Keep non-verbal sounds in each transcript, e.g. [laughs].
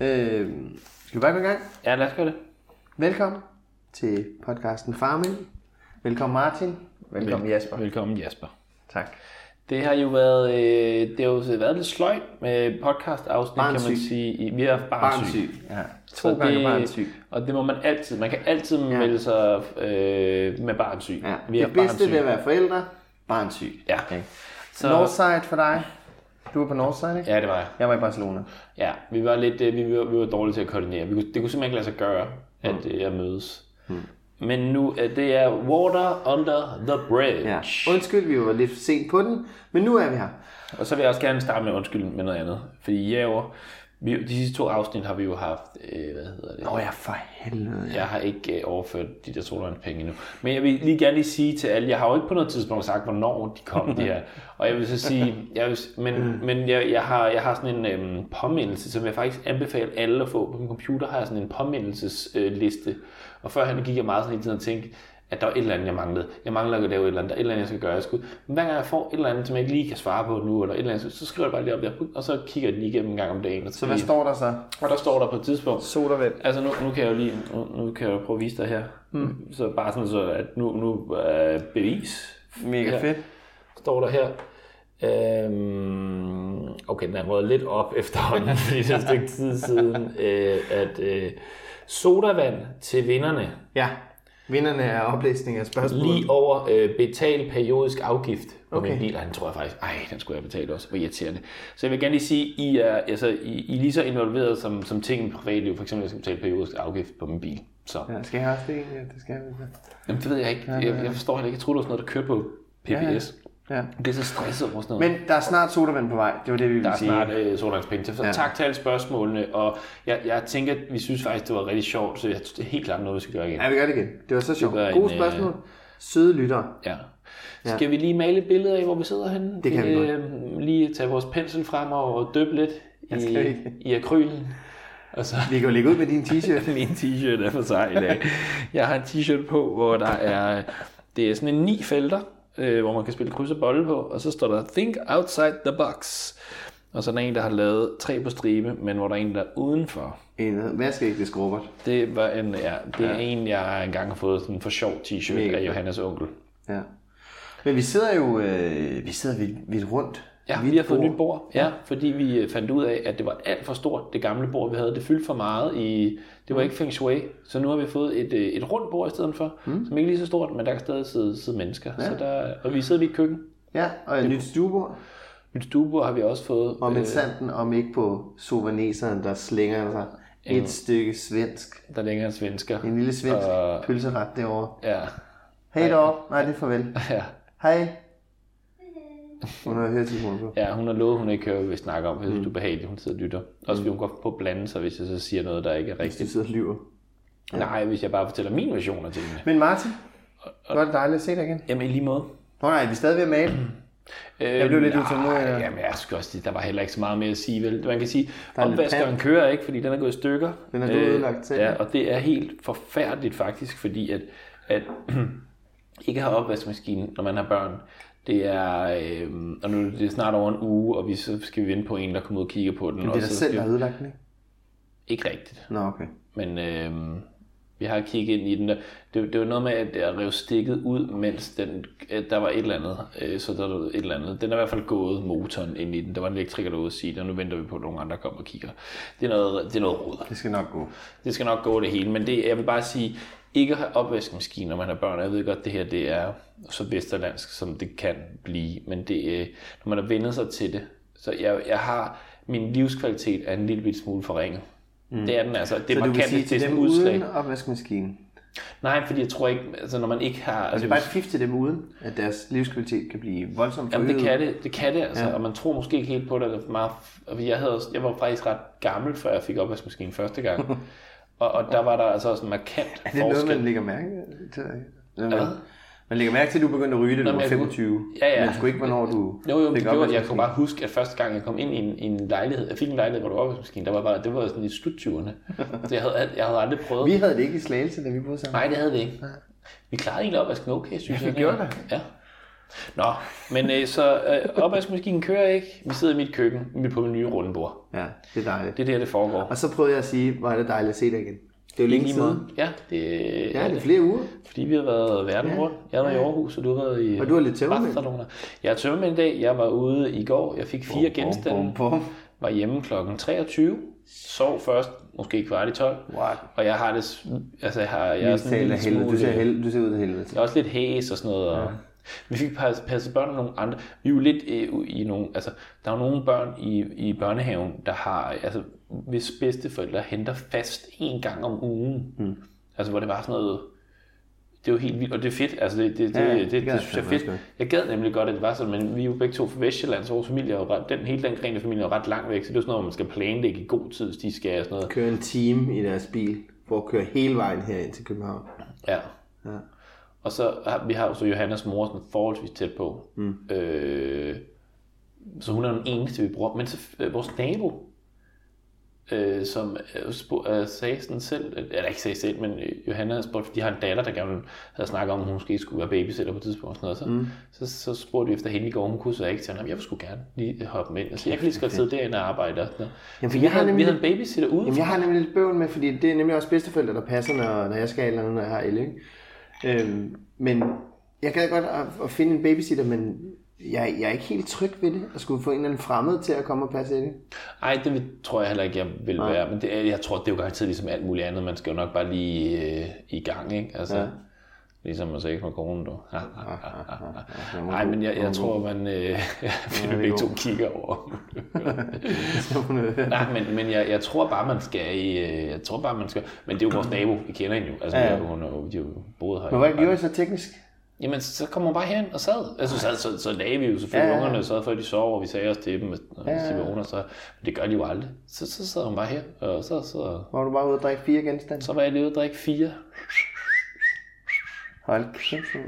Øh, skal vi bare gå i gang? Ja, lad os gøre det. Velkommen til podcasten Farmen. Velkommen Martin. Velkommen Jasper. Velkommen Jasper. Tak. Det har jo været, øh, det har jo været lidt sløjt med podcast afsnit, kan man Barnsyg. sige. I- Vi har haft barnsyg. Barnsyg. Ja. Så To gange barnsyg. Og det må man altid. Man kan altid ja. melde sig øh, med barnsyg. Ja. Vi har Det bedste barnsyg. ved at være forældre, barnsyg. Ja. Okay. Så, Northside for dig. Du var på Northside, ikke? ja, det var jeg. Jeg var i Barcelona. Ja, vi var lidt, øh, vi, vi var, vi var dårlige til at koordinere. Vi kunne, det kunne simpelthen ikke lade sig gøre, at mm. jeg mødes. Mm. Men nu, øh, det er Water Under the Bridge. Ja. Undskyld, vi var lidt sent på den, men nu er vi her. Og så vil jeg også gerne starte med undskyld med noget andet. Fordi jeg jo, vi, de sidste to afsnit har vi jo haft, øh, hvad hedder det? Åh ja, for helvede. Jeg har ikke øh, overført de der solvandspenge endnu. Men jeg vil lige gerne lige sige til alle, jeg har jo ikke på noget tidspunkt sagt, hvornår de kom, de [laughs] her. Og jeg vil så sige, jeg vil, s- men, men jeg, jeg, har, jeg har sådan en øhm, påmindelse, som jeg faktisk anbefaler alle at få. På min computer har jeg sådan en påmindelsesliste. Øh, liste. og førhen gik jeg meget sådan hele tiden og tænkte, at der var et eller andet, jeg manglede. Jeg mangler at lave et eller andet, der er et eller andet, jeg skal gøre. Jeg skulle, men hver gang jeg får et eller andet, som jeg ikke lige kan svare på nu, eller et eller andet, så- så skriver jeg bare lige op der, og så kigger jeg den lige igennem en gang om dagen. Og Så hvad står der så? og der står der på et tidspunkt, Sodavand. Altså nu, nu kan jeg jo lige, nu, nu kan jeg jo prøve at vise dig her. Mm. Hmm. Så bare sådan så, at nu, nu øh, bevis. Mega her, fedt. Står der her. Øhm, okay, den er røget lidt op efterhånden, [laughs] fordi det er et stykke tid siden, øh, at øh, sodavand til vinderne Ja. Vinderne er oplæsning af spørgsmål. lige over øh, betal periodisk afgift på okay. Hmm. Okay. min bil, og han tror jeg faktisk, ej, den skulle jeg betale også, hvor irriterende. Så jeg vil gerne lige sige, I er, altså, I, I er lige så involveret som, som ting i mit privatliv, for eksempel, jeg skal betale periodisk afgift på min bil. Så, ja. Ja, skal jeg også det egentlig? Ja, det skal jeg. Jamen, det ved jeg ikke, jeg, jeg forstår heller ikke, jeg troede, det var sådan noget, der kørte på PBS. Ja. ja. Jeg bliver så stresset over sådan noget. Men der er snart sodavand på vej. Det var det, vi ville Der er sige. snart øh, solvandspenge til. Så Ja. ja. tak til alle spørgsmålene, og jeg, jeg tænker, at vi synes faktisk, det var rigtig sjovt, så jeg, det er helt klart noget, vi skal gøre igen. Ja, vi gør det igen. Det var så sjovt. var en, Gode øh, spørgsmål. Søde lyttere. Ja. Skal vi lige male et billede af, hvor vi sidder henne? Det kan vi godt. øh, Lige tage vores pensel frem og døbe lidt i, skal ikke. i akrylen. Og så Vi kan jo lægge ud med din [laughs] t-shirt. min t-shirt er for sig i dag. Jeg har en t-shirt på, hvor der er, det er sådan en ni felter, øh, hvor man kan spille kryds og bolde på, og så står der Think Outside the Box. Og så er der en, der har lavet tre på stribe, men hvor der er en, der er udenfor. En vaskeægte skrubbert. Det, var en, ja, det er en, jeg engang har fået sådan en for sjov t-shirt Mega af fedt. Johannes onkel. Ja. Men vi sidder jo øh, vi sidder vidt, vidt rundt. Ja, Vidt vi har fået et nyt bord, ja, fordi vi øh, fandt ud af, at det var alt for stort, det gamle bord, vi havde. Det fyldte for meget i... Det var ikke feng shui, så nu har vi fået et, øh, et rundt bord i stedet for, mm. som ikke er lige så stort, men der kan stadig sidde, sidde mennesker. Ja. Så der, og vi sidder lige i køkken. Ja, og et nyt stuebord. Nyt stuebord har vi også fået. Og med sanden, om ikke på sovaneseren, der slænger sig et stykke svensk. øh, der længere svensker. En lille svensk Og- pølseret derovre. Ja, [laughs] Hej dog. Nej, det er farvel. ja. Hej. Hun har høretelefoner på. ja, hun har lovet, hun ikke hører, hvad vi snakker om, for jeg synes, det er behageligt, hun sidder og lytter. Også fordi hun godt på at blande sig, hvis jeg så siger noget, der ikke er Du rigtigt. sidder og lyver. Nej, hvis jeg bare fortæller min version af tingene. Men Martin, var det dejligt at se dig igen. Jamen i lige måde. Nå nej, vi er stadig ved at male. Øh, Jeg blev lidt nej, utålmodig, ja. Jamen, jeg skulle også sige, der var heller ikke så meget mere at sige, vel? Man kan sige, Der er lidt opvaskeren pant. kører ikke, fordi den er gået i stykker. Øh, Den er du ødelagt til. Ja, og det er helt forfærdeligt faktisk, fordi at, at [clears throat] ikke have opvaskemaskinen, når man har børn, det er, øh, og nu er det snart over en uge, og vi så skal vi vente på en, der kommer ud og kigger på den. Det og er dig så selv, skal- der har ødelagt den, ikke? Ikke rigtigt, Nå, okay. men øh, vi har kigget ind i den. Der. Det, det var noget med at at rive stikket ud, mens den, at der var et eller andet. Øh, så der var et eller andet. Den er i hvert fald gået motoren ind i den. Der var en elektriker derude og sige, og nu venter vi på, at nogle andre kommer og kigger. Det er noget, det er noget råd. Det skal nok gå. Det skal nok gå det hele, men det, jeg vil bare sige, ikke at have opvaskemaskine, når man har børn. Jeg ved godt, det her det er så vesterlandsk, som det kan blive, men det, øh, når man har vendet sig til det, så jeg, jeg har, min livskvalitet er en lille bit smule forringet. Mm. Det er den altså. Det er Så du vil markant, sige det er til sådan dem et udslag. uden opvaskemaskinen. Nej, fordi jeg tror ikke, altså når man ikke har... Altså, Altså, det er bare et fif til dem uden, at deres livskvalitet kan blive voldsomt Jamen, forøget. det kan det, det kan det altså, ja. og man tror måske ikke helt på det. det er meget, og jeg, havde, også- jeg var faktisk ret gammel, før jeg fik opvaskemaskinen første gang. [laughs] og, og der var der altså også en markant Er det noget, forskel. man lægger mærke til? Eller Man, man lægger mærke til, at du begyndte at ryge, da du Nå, men var jeg kunne- 25. Ja, ja. Men sgu ikke, hvornår du Jo, jo, men fik det gjorde, at jeg opvaskemaskinen. kunne bare huske, at første gang jeg kom ind i en, i en lejlighed, jeg fik en lejlighed, hvor der var opvaskemaskine, der var bare, det var sådan i sluttyverne. [laughs] Så jeg havde, jeg havde aldrig prøvet. Vi havde det ikke i Slagelse, da vi boede sammen. Nej, det havde vi ikke. Vi klarede egentlig opvasken okay, synes jeg. vi gjorde det. Ja. Nå, men øh, så øh, opvaskemaskinen kører ikke. Vi sidder i mit køkken, vi er på min nye runde bord. Ja, det er dejligt. Det er der, det foregår. Og så prøvede jeg at sige, hvor er det dejligt at se dig igen. Det er jo længe siden. Ja, det, Ja, det er flere uger. Fordi vi har været verden rundt. Jeg har været i Aarhus, og du har været i Og du er lidt tømmermænd. Barcelona. Jeg er tømmermænd i dag. Jeg var ude i går. Jeg fik fire genstande. bum, bum. Var hjemme kl. 23. Sov først, måske kvart i 12. What? Og jeg har det... s- Altså, jeg, har, jeg er Jeg sådan en taler lille helvede. smule... Du ser, helvede. du ser ud af helvede. Jeg er også lidt hæs og sådan noget. Og Vi fik passet, passet børn og nogle andre. Vi er jo lidt øh, u- i nogle... Altså, der er jo nogle børn i, i børnehaven, der har... Altså, hvis bedsteforældre henter fast en gang om ugen. Mm. Altså, hvor det var sådan noget... Det er jo helt vildt, og det er fedt. Altså, det, det, det, Ja, ja, ja, det det, det, gad jeg det, synes jeg er fandme fedt. også Jeg gad nemlig godt, at det var sådan, men vi er jo begge to fra Vestjylland, så vores familie er jo ret, den, hele den gren af familien er jo ret langt væk, så det er jo sådan noget, hvor man skal planlægge i god tid, hvis de skal og sådan noget. Kører en time i deres bil, for at køre hele vejen herind til København. Ja. ja. Og så har, vi har jo så Johannas mor sådan forholdsvis tæt på. Mm. Øh, så hun er den eneste, vi bruger. Men så øh, vores nabo, øh, som øh, spo- øh, sagde sådan selv, øh, eller ikke sagde selv, men øh, Johanna havde spurgt, fordi de har en datter, der gerne ville- havde snakket om, at hun måske skulle være babysitter på et tidspunkt. Og sådan noget. Så, mm. så, så, spurgte vi efter hende i går, hun kunne så ikke, så han, "Jamen, jeg skulle gerne lige hoppe med ind. Altså, jeg kan lige så godt sidde derinde og arbejde. Og sådan Jamen, noget. Jamen, for vi, jeg har havde, vi nemlig- havde en babysitter ude. Jamen, jeg har nemlig lidt bøvl med, fordi det er nemlig også bedsteforældre, der passer, når, når jeg skal et eller andet, når jeg har el, ikke? Øhm, men jeg gad godt at, at finde en babysitter, men jeg, jeg er ikke helt tryg ved det, at skulle få en eller anden fremmed til at komme og passe det. Nej, det vil- tror jeg heller ikke, jeg vil Nej. være. Men det, er- jeg tror, det er jo garanteret ligesom alt muligt andet. Man skal jo nok bare lige øh, i gang, ikke? Altså, ja. Ligesom at se med konen, du. [laughs] Nej, men jeg, jeg tror, man... Øh, [laughs] vi vil begge to kigger [laughs] over. Nej, men, men jeg, jeg tror bare, man skal i... øh, Jeg tror bare, man skal... Men det er jo [clears throat] vores nabo, vi kender hende jo. Altså, ja. hun er jo, de har jo boet her. Men hvad gjorde jeg så teknisk? Jamen, så kom hun bare hen og sad. Altså, så, så, så lagde vi jo selvfølgelig Ja, ja, ja, ja. ja. ungerne, så før de sov, og vi sagde også til dem, at når Ja, ja, ja, ja. de var under, så men det gør de jo aldrig. Så, så sad hun bare her, og så, så, Hvor var du bare ude og drikke fire genstande? så var jeg lige ude og drikke fire, Hold kæft. mand.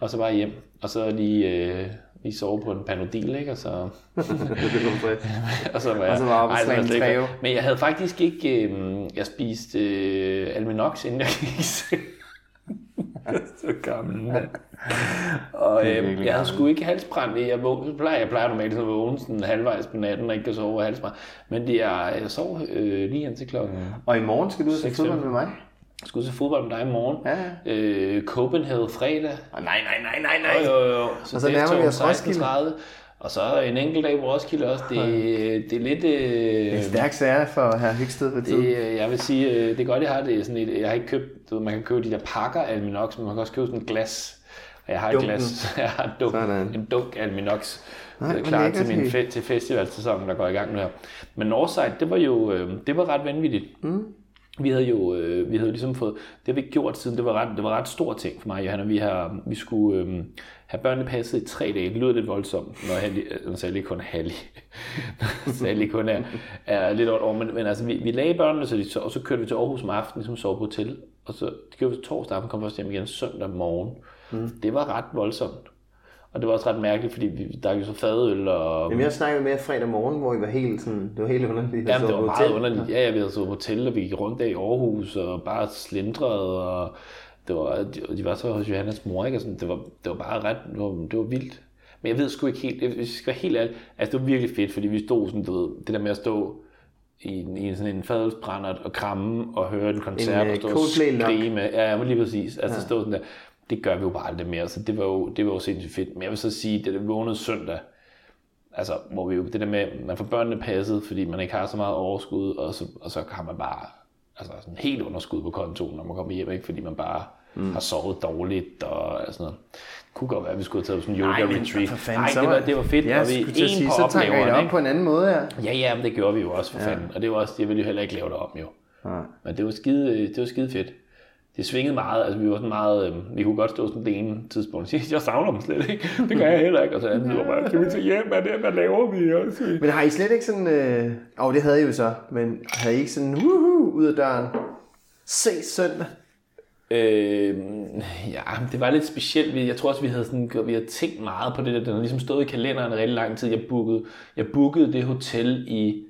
og så bare hjem. Og så lige, øh, lige sove på en panodil, ikke? Og så, Det blev [laughs] frisk. [laughs] og så var jeg... Og så var jeg oppe og Ej, det slå en slet ikke- træve. Men jeg havde faktisk ikke... Øh, jeg spiste øh, Alminox, inden jeg gik i seng. [laughs] så gammel mand. Og øh, jeg havde sgu ikke halsbrand. Jeg, våg, plejer, jeg plejer normalt at vågne sådan halvvejs på natten og ikke kan sove over halsbrand. Men jeg, jeg sov øh, lige indtil klokken. Og i morgen skal du ud og se fodbold med mig. Jeg skulle til fodbold med dig i morgen. Ja, Øh, Copenhagen fredag. Åh, nej, nej, nej, nej, nej. Jo, jo, jo. Så, Og så nærmer vi Deftones os Roskilde. 16.30. Og så en enkelt dag på Roskilde også. Det, det er lidt... Det Øh, er stærk sager for herr Hygsted for tiden. det, øh, jeg vil sige, øh, det er godt, jeg har det. Sådan et, jeg har ikke købt, du ved, man kan købe de der pakker af Alminox, men man kan også købe sådan et glas. Og jeg har et Dunken. glas, [laughs] jeg har en dunk, Sådan. Ah. en dunk af Alminox, Nej, Nej, hvor Øh, klar lækkert, til, min Hygge. fe, til festivalsæsonen, der går i gang nu her. Men Northside, det var jo øh, det var ret vanvittigt. Mm. Vi havde jo øh, vi havde ligesom fået, det har vi ikke gjort siden, det var ret, det var ret stor ting for mig, Johanna. Vi, har, vi skulle øh, have børnene passet i tre dage. Det lyder lidt voldsomt, når, Halli, øh, når Sally kun er Halli. [laughs] når Sally kun er, er lidt over, et år. men, men altså, vi, vi lagde børnene, så de sov, og så kørte vi til Aarhus om aftenen, ligesom sov på hotel. Og så det gjorde vi torsdag aften, kom først hjem igen søndag morgen. Mm. Det var ret voldsomt. Og det var også ret mærkeligt, fordi vi drak jo så fadøl og... Jamen, jeg snakkede med jer fredag morgen, hvor I var helt sådan, det var helt underligt. Jamen, det var Så meget underligt. Ja, ja, vi havde sovet på hotel, og vi gik rundt der i Aarhus, og bare slindrede, og det var, de, de var så hos Johannes mor, ikke? Og sådan, det, var, det var bare ret, det var, det var vildt. Men jeg ved sgu ikke helt, hvis jeg skal være helt ærlig, altså det var virkelig fedt, fordi vi stod sådan, du ved, det der med at stå i, en- i en sådan en fadelsbrændert og kramme og høre en koncert øh, og stå og Coldplay-lok. skrige med. Ja, men lige præcis. Altså ja. stå sådan der. Det gør vi jo bare aldrig mere, så det var jo, det var jo sindssygt fedt. Men jeg vil så sige, det der vågnede søndag, altså, hvor vi jo det der med, man får børnene passet, fordi man ikke har så meget overskud, og så, og så har man bare altså, sådan helt underskud på kontoen, når man kommer hjem, ikke? fordi man bare mm. har sovet dårligt og altså, sådan noget. Det kunne godt være, at vi skulle have taget på sådan en Nej, yoga men retreat. for fanden, Nej, så det var- var, det var fedt, Ja, og vi skulle til at en sige, på så takker I det opleveren, op ikke? på en anden måde, ja. Ja, ja, men det gjorde vi jo også, for ja. fanden. Og det var også, jeg ville jo heller ikke lave det om, jo. Nej. Men det var skide, øh, det var skide fedt. Det svingede meget, altså vi var sådan meget, øh, vi kunne godt stå sådan det ene tidspunkt og sige, jeg savner dem slet ikke, det gør jeg heller ikke, og så andet, var bare, kan vi tage hjem, hvad, er det, hvad laver vi? Og så- Men har I slet ikke sådan... Øh... Oh, det havde I jo så, men havde I ikke sådan... Uhu, ud af døren. Se søndag. Øh, ja, det var lidt specielt. Vi- Jeg tror også, vi havde, sådan, vi havde tænkt meget på det der. Den har ligesom stået i kalenderen i rigtig lang tid. Jeg bookede, jeg bookede det hotel i,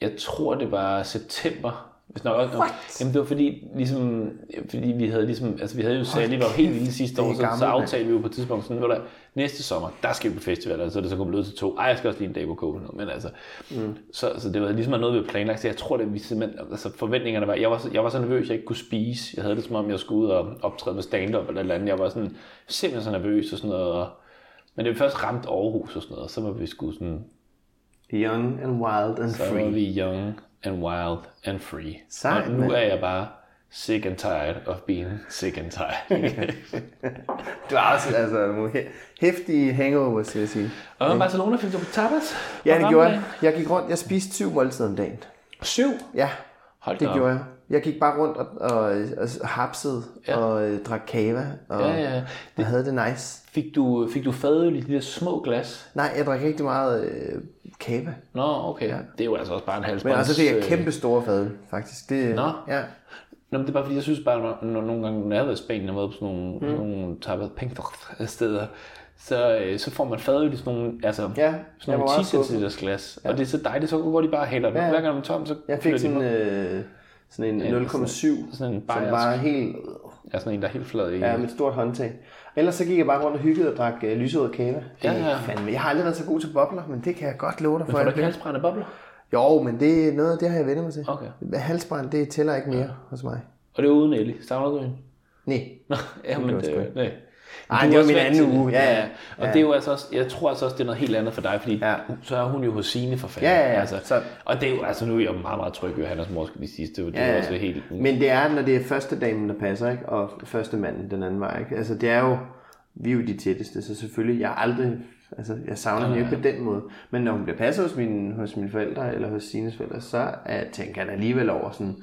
jeg tror det var september. Hvis nok også, jamen det var fordi, ligesom, fordi vi havde ligesom, altså vi havde jo Sally, var jo helt lille sidste det år, er så, gammelt, så mand. aftalte vi jo på et tidspunkt, sådan, "Ved du hvad næste sommer, der skal vi på festival, og så er det så kommet ud til to. Ej, jeg skal også lige en dag på Copenhagen, men altså, mm. så, så det var ligesom noget, vi havde planlagt, så jeg tror, det vi simpelthen, altså forventningerne var, jeg var, så, jeg var så nervøs, jeg ikke kunne spise, jeg havde det som om, jeg skulle ud og optræde med stand-up eller et eller andet, jeg var sådan, simpelthen så nervøs og sådan noget, og, men det vi først ramt Aarhus og sådan noget, og så var vi sgu sådan, Young and wild and så var free. vi young and wild and free. Sejt, og nu mand. er jeg bare sick and tired of being sick and [laughs] tired. Du har også altså, nogle he- heftige hangovers, vil jeg sige. og Barcelona fik du på tapas? Ja, det På gjorde jeg. ramadagen? Jeg gik rundt, jeg spiste syv måltider om dagen. Syv? Ja, Hold det da op. gjorde jeg. Jeg gik bare rundt og, og, og hapsede ja. og øh, drak kava og, Ja, ja. og havde det nice. Fik du, fik du fadøl i de der små glas? Nej, jeg drak rigtig meget øh, kava. Nå, okay. Ja. Det er jo altså også bare en halv Men spons, også fik jeg øh, kæmpe store fadøl, faktisk. Det, Nå. Ja. Nå, men det er bare fordi, jeg synes bare, når, når nogle gange, når jeg har været i Spanien og været på sådan nogle, mm. sådan nogle tapas penge steder, så, øh, så får man fadøl i sådan nogle, altså, Ja, jeg sådan var nogle meget 10 centiliters glas. Ja. Og det er så dejligt, så hvor de bare hælder den. Ja. Ja. Hver gang den er tom, så Jeg fylder fik de sådan, den op. øh, sådan en Ja, 0,7, sådan som en bayersk. var helt Ja, sådan en, der er helt flad i. ja, med et stort håndtag. Ellers så gik jeg bare rundt og hyggede og drak øh, lyserød kava. Ja, Det er ja. Fandme. Jeg har aldrig været så god til bobler, men det kan jeg godt love dig for. Får du jeg ikke bliver. halsbrændende bobler? Jo, men det er noget af det, har jeg vendt mig til. Okay. Halsbrand, det tæller ikke mere ja. hos mig. Og det er uden Ellie. Savner du hende? Nej. [laughs] Nå, ja, men var sgu det, ikke. nej. Ej, Du det er var også min vant anden til det. uge, ja, ja. Og det er jo altså også, jeg tror altså også, det er noget helt andet for dig, fordi Ja. ja. så er hun jo hos sine for fanden. Ja, ja, ja. Altså, Så- Og det er jo, altså nu er jeg jo meget, meget tryg ved Johannes mor, skal lige sige. Det er jo det er jo også helt... Men det er, når det er første damen, der passer, ikke? og første manden den anden vej. Ikke? Altså, det er jo, vi er jo de tætteste, så selvfølgelig, jeg har aldrig, altså, jeg savner hende jo ikke på den måde. Men når hun bliver passet hos mine, hos mine forældre, eller hos sines forældre, så er, tænker jeg da alligevel over sådan,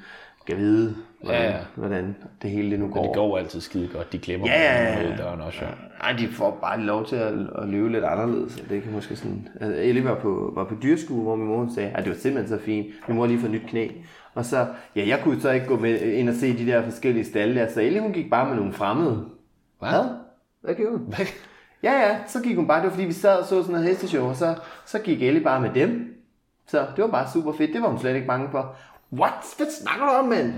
kan vide, hvordan, Ja, ja, ja. hvordan det hele det nu går. Men det går jo altid skide godt. De glemmer Ja, ja, ja. mig ud af døren også. Ja. Øh, Nej, de får bare lov til at, at leve lidt anderledes. og Det kan måske sådan... Altså, Ellie var på, var på dyrskue, hvor min mor hun sagde, at det var simpelthen så fint. Min mor har lige fået nyt knæ. Og så, ja, jeg kunne så ikke gå med ind og se de der forskellige stalle der. Så Ellie, hun gik bare med nogle fremmede. Hvad? Hvad gjorde hun? Ja, ja, så gik hun bare. Det var fordi, vi sad og så sådan noget hesteshow, og så, så gik Ellie bare med dem. Så det var bare super fedt. Det var hun slet ikke bange for. What? Hvad snakker du om, mand?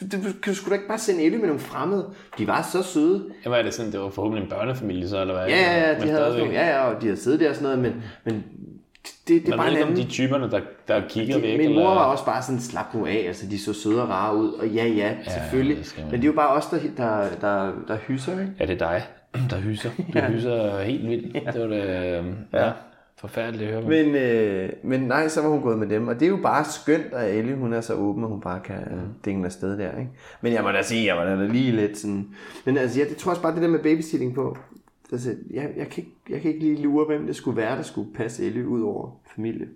Du, du, du, du skulle da ikke bare sende Ellie med nogle fremmede. De var så søde. Jamen er det sådan, det var forhåbentlig en børnefamilie så, eller hvad? Ja, ja, ja, Men de havde også stadigvæk. nogle, ja, ja, og de havde siddet der og sådan noget, men, men det, det er Man bare ved en ikke, om anden. de er typerne, der, der kigger væk. Min mor eller- var også bare sådan, slap nu af, altså de så søde og rare ud, og ja, ja, selvfølgelig. det skal man. men det er jo bare os, der, der, der, der hysser, ikke? Ja, det er dig, der hyser. [laughs] Du hyser helt vildt. Det var det, øh, ja. forfærdeligt at høre. Men, Men, øh, men nej, så var hun gået med dem, og det er jo bare skønt, at Ellie, hun er så åben, og hun bare kan øh, Mm. dingle afsted der, ikke? Men jeg må da sige, jeg var da lige lidt sådan... Men altså, jeg, jeg tror også bare, det der med babysitting på, altså, jeg, jeg, kan ikke, jeg kan ikke lige lure, hvem det skulle være, der skulle passe Ellie ud over familie.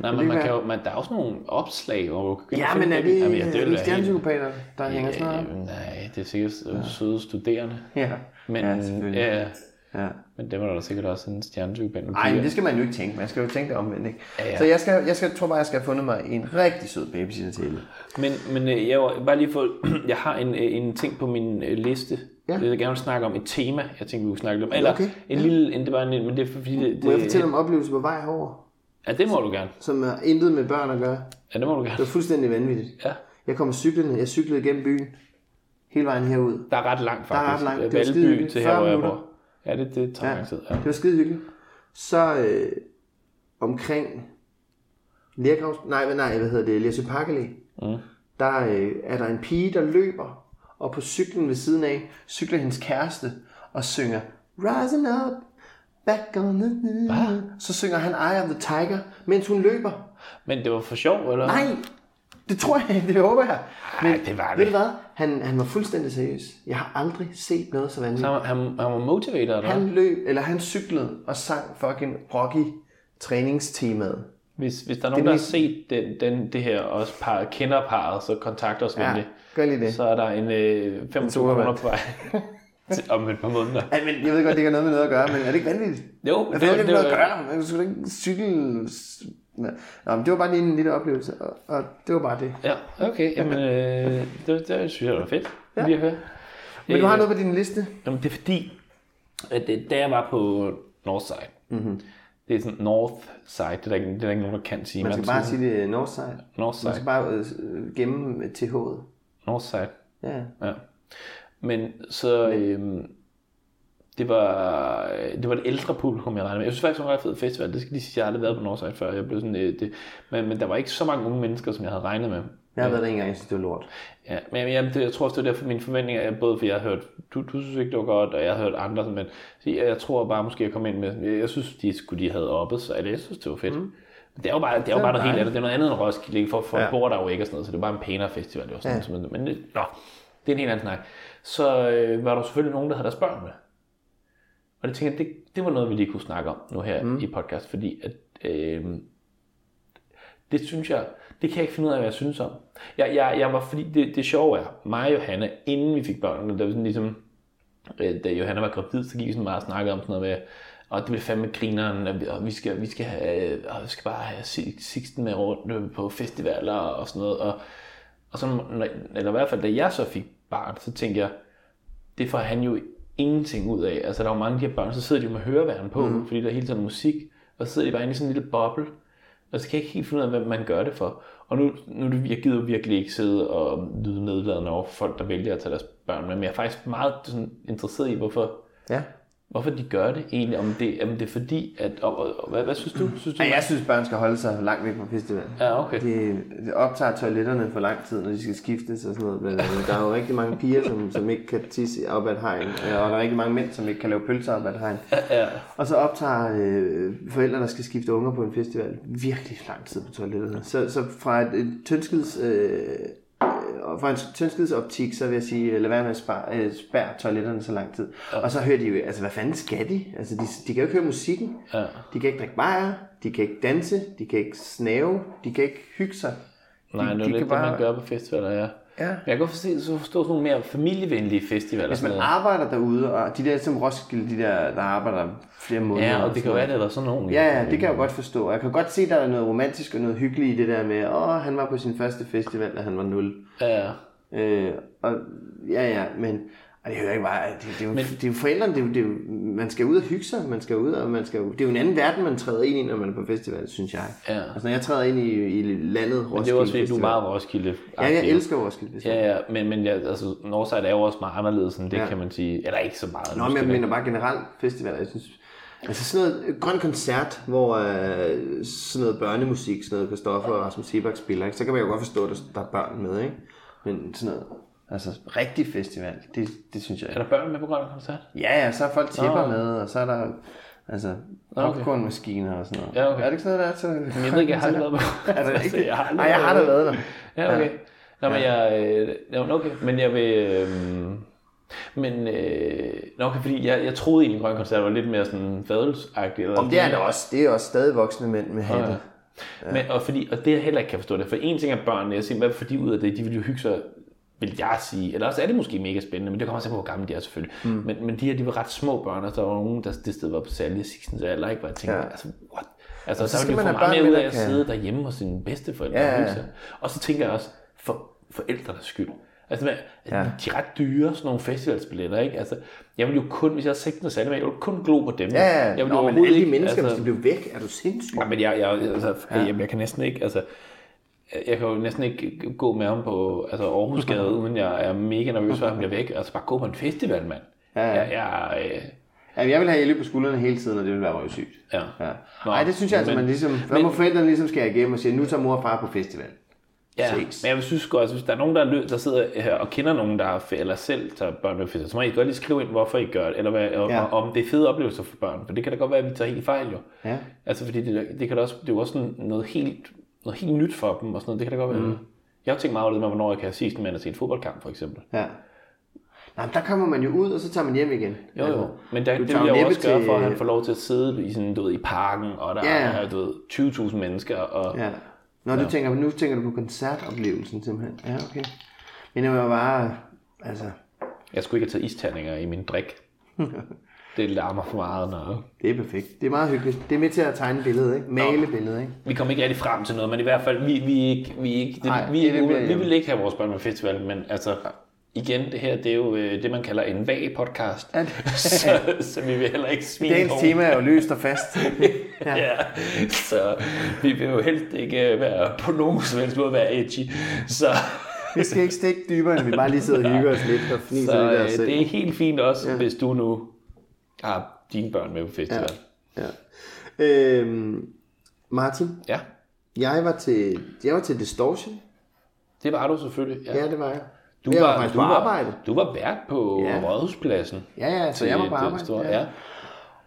Nej, det men man kan kan jo, man, der er jo sådan nogle opslag. Hvor du kan gå ind Ja, og men finde er dem. det, Jamen, er jeg, det, det ville være helt- stjernepsykopater, der hænger sådan noget? op? Øh, nej, det er sikkert ja. søde studerende. Ja, Men, ja, selvfølgelig. ja, ja. Ja. men det var der sikkert også en stjernetypeband. Ej, men det skal man jo ikke tænke. Man skal jo tænke det omvendt, ikke? Ja, ja. ja. Så jeg, skal, jeg skal, tror bare, jeg skal have fundet mig en rigtig sød babysitter til. Ellie. [clears throat] men, men øh, jeg var bare lige for, jeg har en, øh, en ting på min øh, liste. Ja. Ja. Jeg vil gerne snakke om et tema, jeg tænkte, vi kunne snakke lidt om. Eller Okay. okay. en lille, en, det var en lille, men det er fordi... Det, Må jeg det- fortælle om oplevelser på vej herover, Ja, det må du gerne. som har intet med børn at gøre? Ja, det må du Det gerne. var fuldstændig vanvittigt. Ja. Jeg kom cyklende, jeg cyklede igennem byen, hele vejen herud. Der er ret langt er ret faktisk. Øh, langt. Det er skide Valby hyggeligt. til 40 her, hvor jeg minutter. bor. Ja, det, det tager Ja. lang tid. Ja. Det var skide hyggeligt. Så øh, omkring Lærgravs... Nej, hvad- nej, hvad hedder det? Læsø Parkallé. Mm. Der øh, er der en pige, der løber, og på cyklen ved siden af cykler hendes kæreste og synger Rising up, back on the Hva? Så synger han Eye of the Tiger, mens hun løber. Men det var for sjov, eller? Nej, det tror jeg ikke, det håber jeg. Ej, det var Ved det. du hvad? Han, han var fuldstændig seriøs. Jeg har aldrig set noget så vanvittigt. Så han, han, han var motivator, eller Han han... løb, eller han cyklede og sang fucking Rocky træningstemaet. hvis, hvis der er nogen, Det der er har set den, den, det her, også par, kender parret, så kontakt os med Ja, det. gør lige det. Så er der en øh, 5.000 kroner sodavand. [laughs] på vej til- om et par måneder. Ja, men jeg ved godt, det ikke har noget med noget at gøre, men er det ikke vanvittigt? Jo, Hvad det- fanden er det, det noget at var- gøre? Man skulle da ikke cykle... s- Nå, Nå, men det var bare lige en lille oplevelse, og, og det var bare det. Ja, okay. Jamen, øh, det, det synes jeg var fedt. Ja. Lige at høre. Men du har Øh, noget på din liste? Jamen, det er fordi, at det, da jeg var på Northside, Mhm. mm-hmm. det er sådan Northside, det er der ikke, det er der ikke nogen, der kan sige. Man skal bare sige det er Northside. Man skal Northside. bare øh, gemme TH'et. Northside, Ja. ja. Men så, øhm, det var, det var et ældre publikum, jeg regnede med. Jeg synes faktisk, det var en ret fed festival. Det skal lige sige, jeg har aldrig været på Northside før. Jeg blev sådan, øh, det, men, men der var ikke så mange unge mennesker, som jeg havde regnet med. Jeg har været der engang, jeg synes, det var lort. Ja, men jamen, jamen, det, jeg tror også, det er derfor mine forventninger er, både fordi jeg har hørt, du, du synes ikke, det var godt, og jeg har hørt andre, men så jeg, jeg tror bare måske, jeg kom ind med, jeg, jeg synes, de skulle de havde oppet sig, eller jeg synes, det var fedt. Mm. Det er jo bare, det er jo bare noget helt andet. Det er noget andet end Roskilde, ikke? for, for ja. bor der jo ikke og sådan noget, så det er bare en pænere festival. Det var sådan, ja. som, men det, nå, det er en helt anden snak. Så øh, var der selvfølgelig nogen, der havde deres børn med. Og det tænker jeg, det, det var noget, vi lige kunne snakke om nu her mm. i podcast, fordi at, øh, det synes jeg, det kan jeg ikke finde ud af, hvad jeg synes om. Jeg, jeg, jeg var, fordi det, det sjove er, mig og Johanna, inden vi fik børnene, der var sådan ligesom, øh, da Johanna var gravid, så gik vi sådan meget og snakkede om sådan noget med, og det blev fandme grineren, og vi- og vi skal, vi skal, have, øh, og vi skal bare have Si- Sixten med rundt øh, på festivaler og sådan noget. Og, og så, når- eller i hvert fald, da jeg så fik barn, så tænkte jeg, det får han jo ingenting ud af. Altså, der er jo mange af de her børn, så sidder de jo med høreværen på, Mhm. mm. fordi der er hele tiden musik, og så sidder de bare inde i sådan en lille boble, og så kan jeg ikke helt finde ud af, hvad man gør det for. Og nu, nu er det- jeg gider jo virkelig ikke sidde og lyde nedladende over for folk, der vælger at tage deres børn med, men jeg er faktisk meget sådan, interesseret i, hvorfor, Ja. hvorfor de gør det egentlig, om det, om det er fordi, at... Og, og, og, hvad, hvad synes du? Synes du Ej, jeg synes, børn skal holde sig langt væk fra festivalen. Ja, okay. Det, det optager toiletterne for lang tid, når de skal skiftes og sådan noget. Blandt andet. Der er jo rigtig mange piger, som, som ikke kan tisse op ad et hegn, øh, og der er rigtig mange mænd, som ikke kan lave pølser op ad et hegn. ja. Og så optager øh, forældre, der skal skifte unger på en festival, virkelig lang tid på toiletterne. Så, så fra et, et tyndskids... Øh, og fra en tyndskidsoptik, så vil jeg sige, øh, lad være med at spare, øh, spær toiletterne så lang tid. Og så hører de jo, altså hvad fanden skal de? Altså de, de kan jo ikke høre musikken, ja. de kan ikke drikke bajer, de kan ikke danse, de kan ikke snave, de kan ikke hygge sig. Nej, det er de jo lidt kan det, bare- man gør på festivaler, ja. Ja. Men jeg kan godt forstå, så forstå sådan nogle mere familievenlige festivaler. Hvis sådan man noget. arbejder derude, og de der som Roskilde, de der, der arbejder flere måneder. Ja, og det kan jo sådan være, det var sådan nogle. Ja, ja, det kan jeg jo godt forstå. Jeg kan godt se, der er noget romantisk og noget hyggeligt i det der med, åh, han var på sin første festival, da han var 0. Ja, ja. Øh, og, ja, ja, men og det hører jeg ikke bare, det, det, er jo, men, det er jo forældrene, det er jo, det er jo, man skal ud og hygge sig, man skal ud, og man skal jo, det er jo en anden verden, man træder ind i, når man er på festival, synes jeg. Ja. Altså, når jeg træder ind i, i landet Roskilde Men det er jo også fordi, du er Festival. meget roskilde Ja, jeg elsker Roskilde Festival. Ja, ja, men, men ja, altså, Northside er jo også meget anderledes, end det Ja. ja. kan man sige. Eller ikke så meget. Nå, måske, men jeg men- mener bare generelt festivaler, jeg synes... Altså sådan noget øh, grøn koncert, hvor øh, sådan noget børnemusik, sådan noget Kristoffer og Rasmus Sebak spiller, ikke? så kan man jo godt forstå, at der, der er børn med, ikke? Men sådan noget, altså rigtig festival, det, det synes jeg Er ikke. der børn med på Grønland Koncert? Ja, ja, så er folk tæpper med, og så er der altså okay. popcornmaskiner og sådan noget. Ja, okay. Er det ikke sådan noget, der er til? Men Jeg [laughs] ved ikke, jeg har aldrig været på Er det ikke? Jeg har aldrig Nej, jeg har da været der. Ja, okay. Nå, men jeg... Øh, nå, men okay, men jeg vil... Øh, men... Øh, nå, okay, fordi jeg, jeg troede egentlig, at Grønland Koncert var lidt mere sådan fadelsagtigt. Eller Om det er det også. Det er også stadig voksne mænd med hatte. Ja. Men, og, fordi, og det jeg heller ikke kan forstå det, for en ting er børnene, jeg siger, hvad får de ud af det, de vil jo hygge sig, vil jeg sige, eller også er det måske mega spændende, men det kommer også an på, hvor gamle de er selvfølgelig. Mm. Men, men de her, de var ret små børn, og der var nogen, der det sted var på Sally og Sixtens alder, ikke? Hvor jeg tænkte, Ja. ja. altså, what? Altså, så så der skal ville man jo få have meget børn mere ud med, af at der kan- sidde derhjemme hos sine bedsteforældre Ja, ja, ja, og ja. hygge sig. Og så tænker jeg også, for forældrenes skyld, Altså, man, ja. Ja. de er ret dyre, sådan nogle festivalsbilletter, ikke? Altså, jeg vil jo kun, hvis jeg havde sigtet noget særligt med, jeg ville kun glo på dem. Ja, ja. Jeg ville Nå, men overhovedet alle de ikke- mennesker, altså... hvis de blev væk, er du sindssyg? Ja, men jeg, jeg, altså, ja. jeg, jeg kan næsten ikke, altså, jeg- jeg kan jo næsten ikke gå med ham på altså [laughs] Aarhusgade, uden jeg er mega nervøs for, at han bliver væk. Altså bare gå på en festival, mand. Ja, ja. Jeg, jeg, øh, Jamen, jeg vil have Ellie på skuldrene hele tiden, og det ville være røvsygt. ja. Ja. Nå, Nej, det synes jeg altså, men- man ligesom... Hvad men- må forældrene ligesom skære igennem og sige, nu tager mor og far på festival? Ja, Ses. men jeg synes godt, altså, hvis der er nogen, der, er lø- der sidder her og kender nogen, der har fe- eller selv tager børn med fester, så må I godt lige skrive ind, hvorfor I gør det, eller hvad, og, Ja. ja. om det er fede oplevelser for børn, for det kan da godt være, at vi tager helt fejl jo. Ja. Altså, fordi det, det, kan da også, det er jo også sådan noget helt, noget helt nyt for dem, og sådan noget. det kan da godt være. Mm. Jeg har tænkt meget over det med, hvornår jeg kan sige sådan, at man har set en fodboldkamp, for eksempel. Ja. Nej, men der kommer man jo ud, og så tager man hjem igen. Altså, Jo, jo. Men der, du det vil tager jeg jo næppe også gøre til- for, at han får lov til at sidde i, sådan, du ved, i parken, og der Ja. er du ved, 20.000 mennesker, og Ja. Nå, du tænker, nu tænker du på koncertoplevelsen simpelthen. Ja, okay. Men jeg var bare... Altså, jeg skulle ikke have taget isterninger i min [laughs] drik. det larmer for meget, når... det er perfekt. Det er meget hyggeligt. Det er med til at tegne billedet, ikke? Male billedet, [laughs] ikke? Vi kom ikke rigtig frem til noget, men i hvert fald, vi, vi, er ikke, vi, er ikke, det, Nej, vi, det er det, det, vi er vi, vi hjemme. vil ikke have vores børn med festival, men altså, igen, det her, det er jo øh, det, man kalder en vag podcast, så, så vi vil heller ikke svine Dagens nogen. tema er jo løst og fast. ja. ja. Så vi vil jo helst ikke øh, være på nogen som helst måde være edgy, så... Vi skal ikke stikke dybere, end vi bare lige sidder og hygger os lidt og fniser Så lidt af øh, os selv. det er helt fint også, ja. hvis du nu har dine børn med på festival. Ja. Øhm, Martin, Ja. ja, jeg var til, jeg var til Distortion. det var du selvfølgelig. Ja, det var jeg. Du jeg var faktisk du på var, arbejde. Du var vært på Ja. ja. Rådhuspladsen. Ja, ja, så jeg var på arbejde. Store, ja. ja.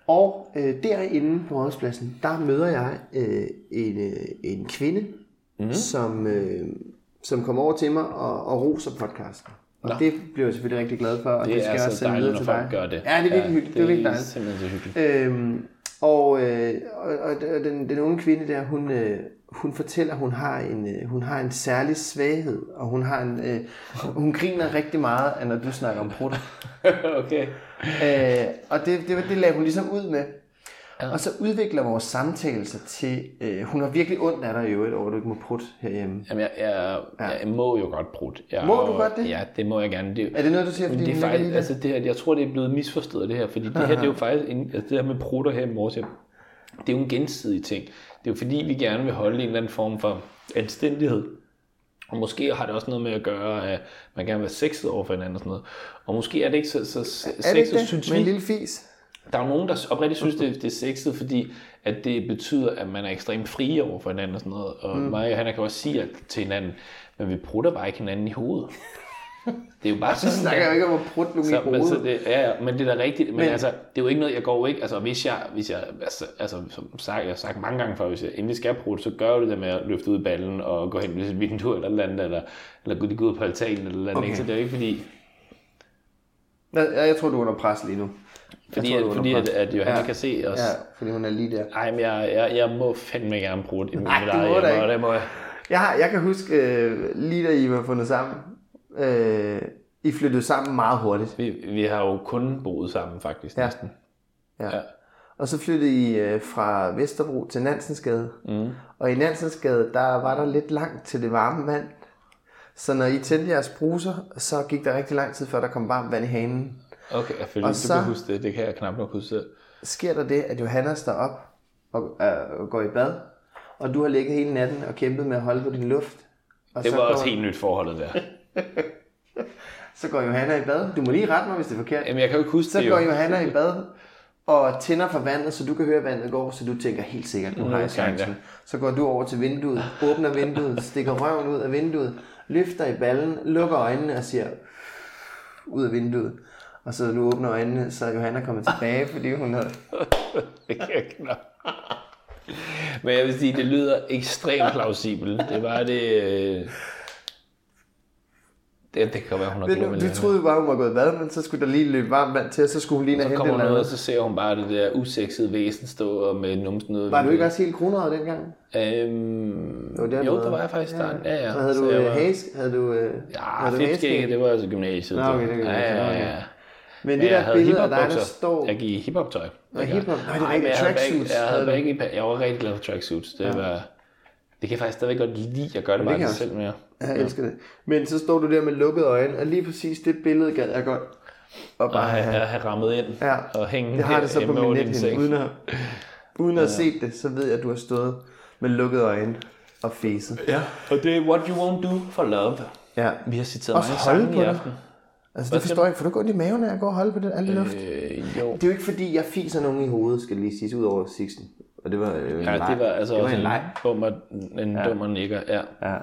Og øh, derinde på Rådhuspladsen, der møder jeg øh, en, øh, en kvinde, Mhm. mm. som, øh, som kommer over til mig og, og roser podcasten. Og det bliver jeg selvfølgelig rigtig glad for, og det, Det, det skal det er jeg også så sende dejligt, videre når til folk dig. gør det. Ja, det er virkelig hyggeligt. Det er virkelig dejligt. simpelthen så hyggeligt. Øhm, og øh, og, og og den, den unge kvinde der, hun, øh, hun fortæller, at hun har, en, øh, hun har en særlig svaghed, og hun, har en, øh, hun griner rigtig meget, af, når du snakker om brutter. [laughs] okay. Øh, og det, det, det lagde hun ligesom ud med. Og så udvikler vores samtale sig til, øh, hun har virkelig ondt af dig i øvrigt over, at du ikke må prutte herhjemme. Jamen, jeg, jeg, ja. jeg må jo godt brudt. Jeg, Må du godt det? Ja, det må jeg gerne. Det, Er det noget, du siger, Men fordi det hun er ikke er faktisk, lige altså det her, jeg tror, det er blevet misforstået, det her. Fordi det [laughs] her, det er jo faktisk, en, altså det her med prutter her i morges, jeg- det er jo en gensidig ting. Det er jo fordi, vi gerne vil holde en eller anden form for anstændighed. Og måske har det også noget med at gøre, at man gerne vil være sexet over for hinanden og sådan noget. Og måske er det ikke så, så Er det sexet, ikke det? synes Med en vi. lille fis? Der er jo nogen, der oprigtigt synes, det, det er sexet, fordi at det betyder, at man er ekstremt frie over for hinanden og sådan noget. Og mm. mig og Hanna kan også sige alt til hinanden, men vi prutter bare ikke hinanden i [laughs] hovedet. Det er jo bare sådan, Så snakker jeg jo ikke om at prutte nogen i så, men, så hovedet. det, ja, ja, men det er da rigtigt. Men, Men- men, altså, det er jo ikke noget, jeg går jo ikke... Altså, hvis jeg... Hvis jeg altså, altså, som sagt, jeg har sagt mange gange før, hvis jeg endelig skal bruge det, så gør jeg det der med at løfte ud i ballen og gå hen ved et vindue eller et eller andet, eller, eller gå- gå ud på altanen eller et eller andet. Okay. Okay. Så det er jo ikke fordi... Jeg, jeg tror, du er under pres lige nu. Jeg Fordi, tror, at, du er under fordi pres. at, at Johanna Ja. ja. kan se os. Ja. Ja, fordi hun er lige der. Ej, men jeg, jeg, jeg må fandme gerne bruge det i mit Nej, det eget må du hjemme, ikke. og det må jeg. Jeg, har, jeg kan huske, øh, lige da I var fundet sammen, øh, I flyttede sammen meget hurtigt. Vi, vi har jo kun boet sammen, faktisk. Ja. Næsten. Ja. Og så flyttede I øh, fra Vesterbro til Nansensgade. Mm. Og i Nansensgade, der var der lidt langt til det varme vand. Så når I tændte jeres bruser, så gik der rigtig lang tid, før der kom varmt vand i hanen. Okay, jeg føler Og ikke, du så- kan huske det. Det kan jeg knap nok huske selv. Sker der det, at Johanna står op og øh, går i bad, og du har ligget hele natten og kæmpet med at holde på din luft. Og Det så var går, også helt nyt forholdet der. Så går Johanna i bad. Du må lige rette mig, hvis det er forkert. Jamen, jeg kan jo ikke huske Så det går Johanna i bad og tænder for vandet, så du kan høre, at vandet går, så du tænker helt sikkert, nu har jeg Okay, chancen. ja. Så går du over til vinduet, åbner vinduet, stikker røven ud af vinduet, løfter i ballen, lukker øjnene og siger, ud af vinduet. Og så nu åbner øjnene, så er Johanna kommet tilbage, fordi hun havde... Det kan jeg knap. Men jeg vil sige, det lyder ekstremt plausibelt. Det var det... øh, Det, det kan være, hun har Men glemt. nu, et vi eller troede jo bare, hun var gået i bad, men så skulle der lige løbe varmt vand til, og så skulle hun lige andet. ned og hente så kommer eller hun ud, og noget. så ser hun bare det der usexede væsen stå og med numsen ud. af Var du ikke vinduet. også helt kronerød dengang? Øhm, var der, du jo, var. der var jeg faktisk i starten. Ja, ja. Så havde du Så jeg øh, var- hæs? Havde du... øh, Ja, havde du fedtskægget, hæsskæg? det var altså gymnasiet. Nå, du. okay, det kan ja, jeg ikke. ja, Nå, ja. Men Men det jeg der havde billede af dig, der hiphop-bukser. står... Jeg gik i hiphop-tøj. hiphop- Nej, det er rigtigt. men jeg havde Tracksuits bag- Jeg, havde havde du. bag- jeg var rigtig glad for tracksuits. Det var... Det kan jeg faktisk stadigvæk godt lide, at gøre det bare kan til jeg selv mere. Ja, jeg elsker det. Men så står du der med lukkede øjne, og lige præcis det billede gad jeg godt. Og Og bare have, have, at have rammet ind ja, og hænge jeg har det så på hjemme min over din nethinde, seng. uden at, uden at have set det, så ved jeg, at du har stået med lukkede øjne og fæset. Ja, og det er What You Won't Do for Love. Ja. Vi har citeret Også mange holde sange i på det. aften. Altså, det forstår jeg ikke, for du går ondt i maven, når jeg går og holder på den alle luft. Øh, jo. Det er jo ikke fordi, jeg fiser nogen i hovedet, skal lige siges, ud over Sixten. Og det var jo en Ja, leg. det var altså det var også en leg. dum og, en dum og nikker. Ja. Ja.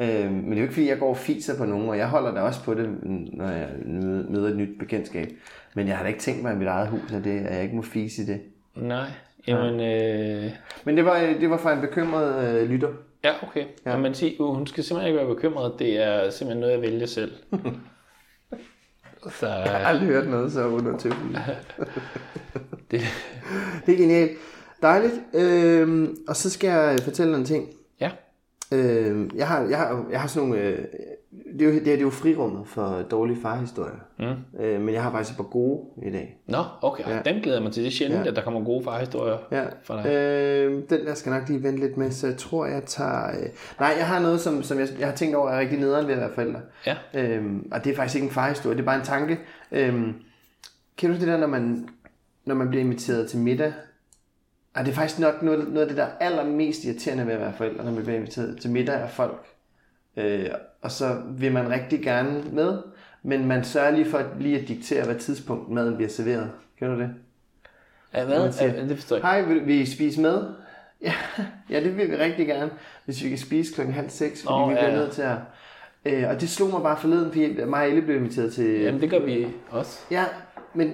Øh, men det er jo ikke fordi, jeg går og fiser på nogen, og jeg holder da også på det, mm, når jeg møder møder et nyt bekendtskab. Men jeg har da ikke tænkt mig i mit eget hus, at, det, at jeg ikke må fise i det. Nej, jamen... Øh, Men det var, øh, det var fra en bekymret øh, lytter. ja, okay. Ja. Jamen, sig, uh, hun skal simpelthen ikke være bekymret. Det er simpelthen noget, jeg vælger selv. Så Jeg har aldrig hørt noget så [laughs] undertøvende. det, Det er genialt. Dejligt. Øh, og så skal jeg fortælle dig en ting. ja. Øh, jeg, har, jeg, har, jeg har sådan nogle... Øh, det, er jo, det, her, det er jo frirummet for dårlige farhistorier. Mm. Øh, men jeg har faktisk et par gode i dag. Nå, okay. Ja. Dem glæder jeg mig til. Det er sjældent, ja. at der kommer gode farhistorier Ja. fra dig. Øh, den der skal nok lige vente lidt med, så jeg tror, jeg tager... Øh... Nej, jeg har noget, som, som jeg, jeg har tænkt over, er rigtig nederen ved at være forældre. Ja. Øhm, og det er faktisk ikke en farhistorie, det er bare en tanke. Øhm, kan du det der, når man, når man bliver inviteret til middag? Og det er faktisk nok noget, noget af det, der er allermest irriterende ved at være forældre, når man bliver inviteret til middag af folk. Øh, og så vil man rigtig gerne med, men man sørger lige for at, lige at diktere, hvad tidspunkt maden bliver serveret. Kan du det? Ja, Når hvad? man siger, Ja, det forstår jeg ikke. Hej, vil, vil I spise med? Ja, ja, det vil vi rigtig gerne, hvis vi kan spise klokken halv seks, fordi Nå, vi bliver ja, ja. nødt til at... Øh, og det slog mig bare forleden, fordi mig og Elle blev inviteret til... Jamen, det gør vi også. Ja, men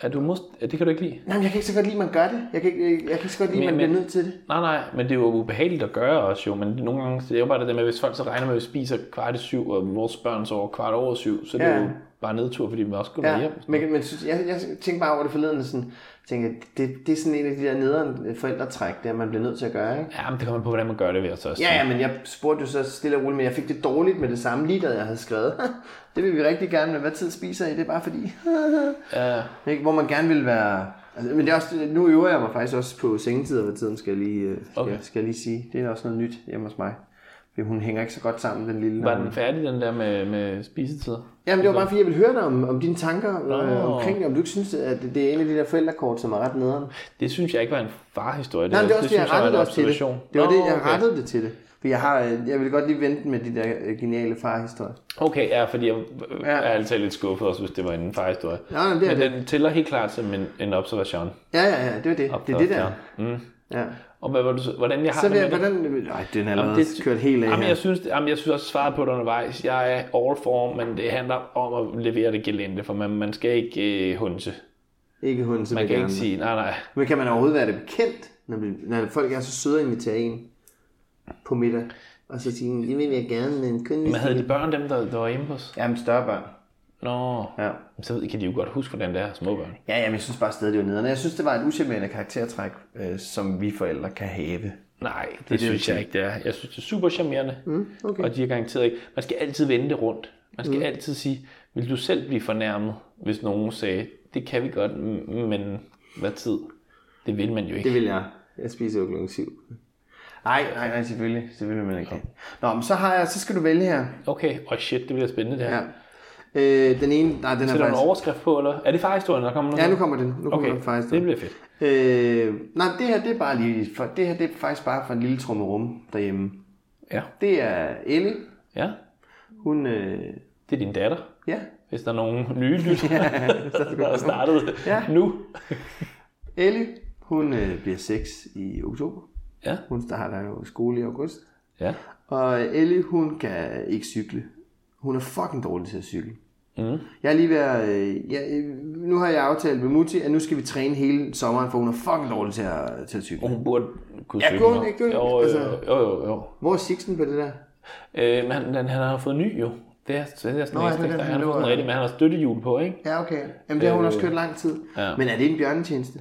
Er du must... ja, Det kan du ikke lide. nej, men jeg kan ikke så godt lide, at man gør det. Jeg kan ikke, øh, jeg kan ikke så godt lide, at man Men- men- bliver nødt til det. Nej, nej, men det er jo ubehageligt at gøre også jo, men nogle gange, det er jo bare det der med, hvis folk så regner med, at vi spiser kvart i syv, og vores børn sover kvart over syv, så er det Ja. jo bare nedtur, fordi vi også skal ja. Ja, hjem. men, men synes- jeg, jeg tænkte bare over det forleden, og sådan, tænkte, jeg, det, det er sådan en af de der nederen forældretræk, der man bliver nødt til at gøre, ikke? Ja, men det kommer an på, hvordan man gør det ved at så også. Ja, ja, men jeg spurgte jo så stille og roligt, men jeg fik det dårligt med det samme, lige da jeg havde skrevet. [laughs] det vil vi rigtig gerne, men hvad tid spiser I? Det er bare fordi... ja. [laughs] Ikke? Hvor man gerne vil være... Altså, men det er også, nu øver jeg mig faktisk også på sengetider ved tiden, skal jeg lige, øh, skal, Okay. okay. skal jeg lige sige. Det er også noget nyt hjemme hos mig. Fordi hun hænger ikke så godt sammen, den lille. Var den Ligesom- færdig, den der med, med spisetid? Jamen, det var bare fordi, jeg ville høre dig om, om dine tanker øh, Nå. omkring det. Om du ikke synes, at det, det er en af de der forældrekort, som er ret nederen. Det synes jeg ikke var en farhistorie. Nej, men det er også, fordi det jeg synes var rettede en det også til det. observation. Det var Nå, det, jeg okay. rettede det til det. For jeg, har, øh, jeg ville godt lige vente med de der øh, geniale farhistorier. Okay, ja, fordi jeg ja. Ja. er altid lidt skuffet også, hvis det var en farhistorie. Nå, men det er men det. den tæller helt klart som en, en observation. Ja, ja, ja, det var det. Det er det der. Mm. Ja. Og hvad var du så, hvordan jeg har Så det vil med jeg, det? hvordan... Nej, den er allerede det- kørt helt af Jamen, her. jeg synes, jamen, jeg synes også, svaret på det undervejs. Jeg er all for, men det handler om at levere det gelente, for man, man skal ikke øh, hunse. Ikke hun, som Man jeg kan gerne. ikke sige, nej, nej. Men kan man overhovedet være det bekendt, når, vi- når folk er så søde at invitere en på middag, og så sige, det vil jeg gerne, men kun hvis Men havde de børn, dem, der, der var hjemme hos? Jamen, større børn. Nå, Ja. så ved- kan de jo godt huske, hvordan det er, små børn. Ja, jamen, jeg synes bare stadig, det var nederne. Jeg synes, det var et usædvanligt karaktertræk, øh, som vi forældre kan have. Nej, det, det synes det, jeg ikke, det er. Jeg synes, det er super charmerende, mm, okay. og de er garanteret ikke. Man skal altid vende det rundt. Man skal mm. altid sige, vil du selv blive fornærmet, hvis nogen sagde, det kan vi godt, m- men hvad tid? Det vil man jo ikke. Det vil jeg. Jeg spiser jo klokken syv. Nej, nej, nej, selvfølgelig. Selvfølgelig vil man ikke. have. Nå, men så, har jeg, så skal du vælge her. Okay, og oh shit, det bliver spændende det her. Ja. Øh, den ene, nej, den er Så er der en faktisk... overskrift på, eller? Er det farhistorien, der kommer nu? Ja, nu kommer den. Nu kommer Okay, den faktisk. det bliver fedt. Øh, nej, det her, det er bare lige... For, det her, det er faktisk bare for en lille trummerum derhjemme. Ja. Det er Elle. ja. Hun, øh, Det er din datter, ja, hvis der er nogen [laughs] nye lytter, der er startet Ja. nu. Ellie, hun øh, bliver 6 i oktober. Ja, Hun starter jo skole i august. ja. Og Ellie, hun kan ikke cykle. Hun er fucking dårlig til at cykle. Mm. Jeg er lige ved at, øh, jeg, øh, nu har jeg aftalt med Mutti, at nu skal vi træne hele sommeren, for hun er fucking dårlig til at, til at cykle. Og hun burde kunne Ja, cykle kunne hun nu. ikke det? Jo, Altså- jo, jo, jo. jo. Hvor er Sixten på det der? Øh, men han, han, han har fået ny jo. Det er, det er sådan Nå, en ja, det er den, ekstra. Han han har fået løber. den rigtig, men han har støttehjul på, ikke? Ja, okay. Jamen, det har hun Øh, også kørt lang tid. ja. Men er det en bjørnetjeneste?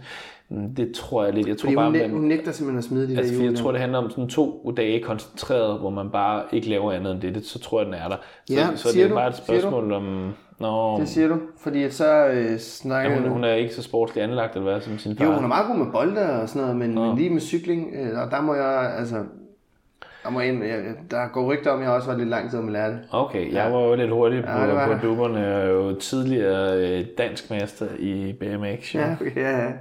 Mm, Det tror jeg lidt. Jeg tror Fordi bare, hun, næ- man, hun nægter simpelthen at smide de altså, der fordi hjul. jeg tror, der. det handler om sådan to dage koncentreret, hvor man bare ikke laver andet end det. det så tror jeg, den er der. Så, Ja, så det siger er du? bare et Siger du? spørgsmål om... Nå, Det siger du, fordi at så øh, snakker Ja, hun, hun er ikke så sportslig anlagt, eller hvad, som sin far. Jo, hun er meget god med bolde og sådan noget, men, men lige med cykling, øh, og der må jeg, altså... Jeg må ind, jeg, der går rygter om, at jeg også var lidt lang tid om at lære det. Okay, jeg var jo lidt hurtig på, Ja, det var ja, det. på dupperne. Jeg er jo tidligere øh, dansk mester i BMX. jo. Ja, okay, ja, ja.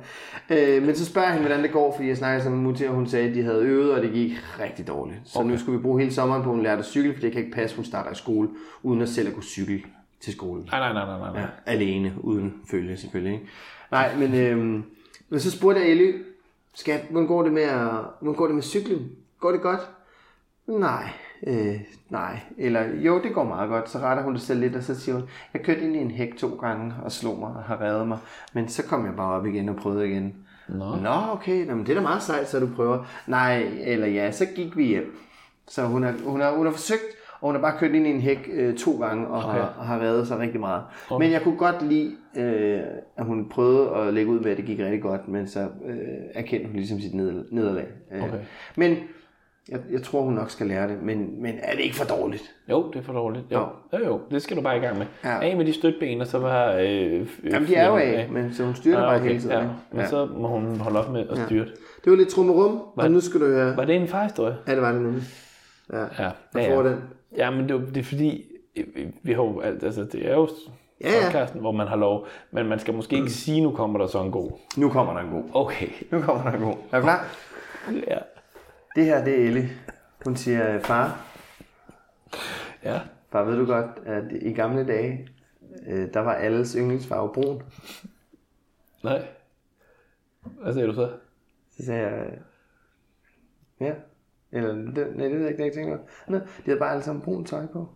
Øh, men så spørger jeg hende, hvordan det går, fordi jeg snakkede sammen med Mutti, og hun sagde, at de havde øvet, og det gik rigtig dårligt. Så okay. nu skulle vi bruge hele sommeren på, at hun lærte at cykle, fordi det kan ikke passe, at hun starter i skole, uden at selv at kunne cykle til skolen. Nej, nej, nej, nej, nej. nej. Ja, alene, uden følge selvfølgelig. Ikke? Nej, men, øhm, men så spurgte jeg Elly, skat, hvordan går det med, at- hvordan går det med cyklen? Går det godt? Nej, øh, nej. Eller jo, det går meget godt. Så retter hun det selv lidt, og så siger hun, jeg kørte ind i en hæk to gange og slog mig og har reddet mig. Men så kom jeg bare op igen og prøvede igen. Nå, Nå okay, Nå, men det er da meget sejt, så du prøver. Nej, eller ja, så gik vi hjem. Så hun har, hun har, hun har forsøgt, og hun har bare kørt ind i en hæk øh, to gange og, okay. har, og har reddet sig rigtig meget. Okay. Men jeg kunne godt lide, øh, at hun prøvede at lægge ud med, at det gik rigtig godt, men så øh, erkendte hun ligesom sit neder- nederlag. Øh. Okay. Men jeg, jeg tror, hun nok skal lære det, men, men er det ikke for dårligt? Jo, det er for dårligt. Jo. jo, jo, det skal du bare i gang med. Ja. Ja. Af med de støtben, og så bare... Øh, øh, Jamen, de er jo fyre af, men så hun styrer det bare hele tiden. Ja. ikke? Men så må hun holde op med at styrte. Det var lidt trummerum, og nu skal du høre... Var det en farhistorie? Ja, det var det nemlig. Ja, Ja. jeg ja, får ja. den. Ja, men det, er jo- det er fordi, øh, øh, vi har jo, alt- altså, det er jo Ja, ja. podcasten, hvor man har lov, men man skal måske ikke sige, nu kommer der så en god. Nu kommer der en god. Okay. Nu kommer der en god. Er du klar? Ja. Det her, det er Ellie. Hun siger, "Øh, far, Ja. far ved du godt, at i gamle dage, øh, der var alles yndlingsfarve brun. Nej. Hvad sagde du så? Så sagde jeg, øh, ja. Eller, det, nej, det ved jeg ikke, det har jeg ikke tænkt over. Nå, de havde bare alle sammen brun tøj på.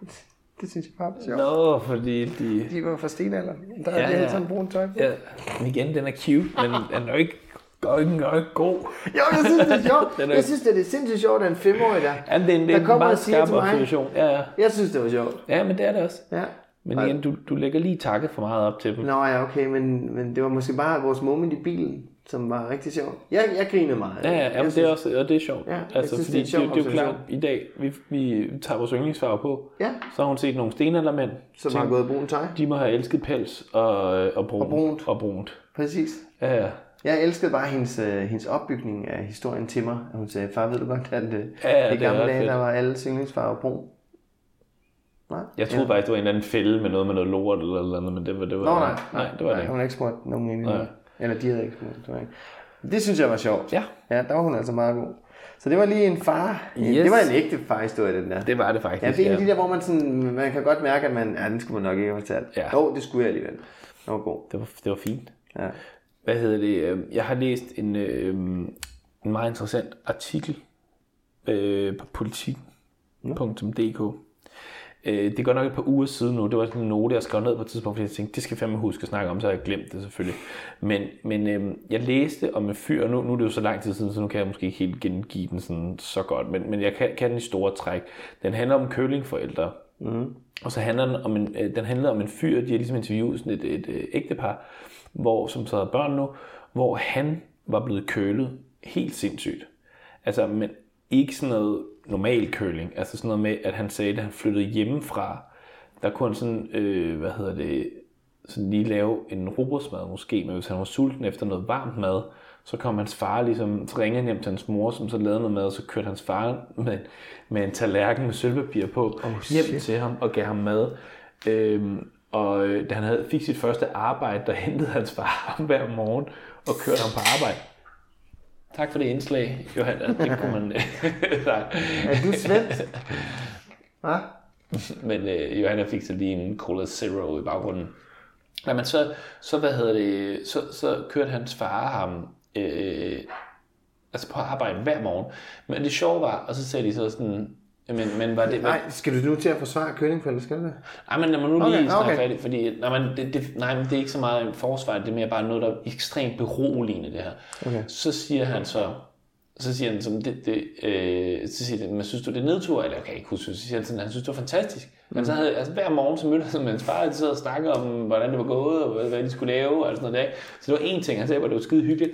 Det- Det synes jeg bare var sjovt. Nå, fordi de... De var fra stenalderen. Der ja, Ja, de alle ja. sammen brun tøj på. Ja, men igen, den er cute, men den er jo ikke, går ikke, den er jo ikke god. Jo, jeg synes, det er sjovt. [laughs] Den er- jeg synes, det er sindssygt sjovt, at en femårig der, Ja, det er en, det er der en kommer og meget siger skarp til mig. observation. Ja, ja. Jeg synes, det var sjovt. ja, men det er det også. Ja. Men igen, du, du lægger lige takket for meget op til dem. Nå ja, okay, men, men det var måske bare vores moment i bilen, som var rigtig sjovt. Jeg, jeg grinede meget. Ja, ja, jamen, det er også, og det er sjovt. Ja, jeg altså, synes, fordi det er en sjov det, det, er jo klart, observation. i dag, vi, vi tager vores yndlingsfarve på, Ja. så har hun set nogle stenaldermænd, Som har gået brun tøj. de må have elsket pels og, øh, og, brun, Og brunt. Og brunt. Præcis. Ja, ja. Jeg elskede bare hendes, øh, hendes opbygning af historien til mig. At hun sagde, far ved du godt, at øh, Ja, ja, i det er gamle ret dage, fedt. der var alle yndlingsfarver brun. Nej? Jeg troede ja. faktisk, det var en eller anden fælde med noget med noget lort eller noget andet, men det var det. Var, Nå, nej, nej, det var det Hun ikke. har ikke spurgt nogen ind i Nej. det. Eller de havde ikke spurgt. Det, var ikke. det synes jeg var sjovt. Ja. ja, der var hun altså meget god. Så det var lige en far. Yes. Yes. Det var en ægte farhistorie, den der. Det var det faktisk. Ja, det er en af de der, hvor man, sådan, man kan godt mærke, at man, ja, den skulle man nok ikke have fortalt. Ja. Jo, det skulle jeg alligevel. Det var god. det, var, det var fint. Ja. Hvad hedder det? øhm, Jeg har læst en, øh, en meget interessant artikel øh, på politik.dk. Øh, det er godt nok et par uger siden nu. Det var sådan en note, jeg skrev ned på et tidspunkt, fordi jeg tænkte, det skal jeg fandme huske at snakke om, så har jeg glemt det selvfølgelig. Men, men øh, jeg læste om en fyr, og nu, nu er det jo så lang tid siden, så nu kan jeg måske ikke helt gengive den sådan, så godt, men, men jeg kan, kan den i store træk. Den handler om køllingforældre. Mm. Og så handler den om en, øh, den handler om en fyr, de har ligesom interviewet sådan et, et, et ægtepar, hvor, som så havde børn nu, hvor han var blevet kølet helt sindssygt. Altså, men ikke sådan noget normal køling. Altså sådan noget med, at han sagde, at han flyttede hjemmefra, der kunne han sådan, øh, hvad hedder det, sådan lige lave en robotsmad måske, men hvis han var sulten efter noget varmt mad, så kom hans far ligesom, så ringede han hjem til hans mor, som så lavede noget mad, og så kørte hans far med, med en tallerken med sølvpapir på oh, hjem til ham og gav ham mad. Øhm, og øh, da han havde, fik sit første arbejde, der hentede hans far ham hver morgen og kørte ham på arbejde. Tak for det indslag, Johan. Det kunne [laughs] man... øh, Nej. Er du [laughs] svensk? Hva? Men øh, Johanna fik så lige en Cola Zero i baggrunden. Nej, men så, så hvad hedder det, så, så kørte hans far ham øh, altså på arbejde hver morgen. Men det sjove var, og så sagde de så sådan, men, men var det... Men, Nej, skal du nu til at forsvare køllingfældet, skal du det? ej, men lad mig nu lige Okay, okay, snakke okay. okay. færdigt, fordi nej, men det, det, nej, men det er ikke så meget en forsvar, det er mere bare noget, der er ekstremt beroligende, det her. Okay. Så siger han så, så siger han sådan, det, det, øh, så siger han, men synes du det er nedtur? Eller jeg kan ikke huske, så siger han sådan, han synes det var fantastisk. Mm. Men så havde, altså hver morgen så mødte han med hans far, og de sad og snakkede om, hvordan det var gået, og hvad, hvad de skulle lave, og sådan noget der. Så det var en ting, han sagde, hvor det var skide hyggeligt.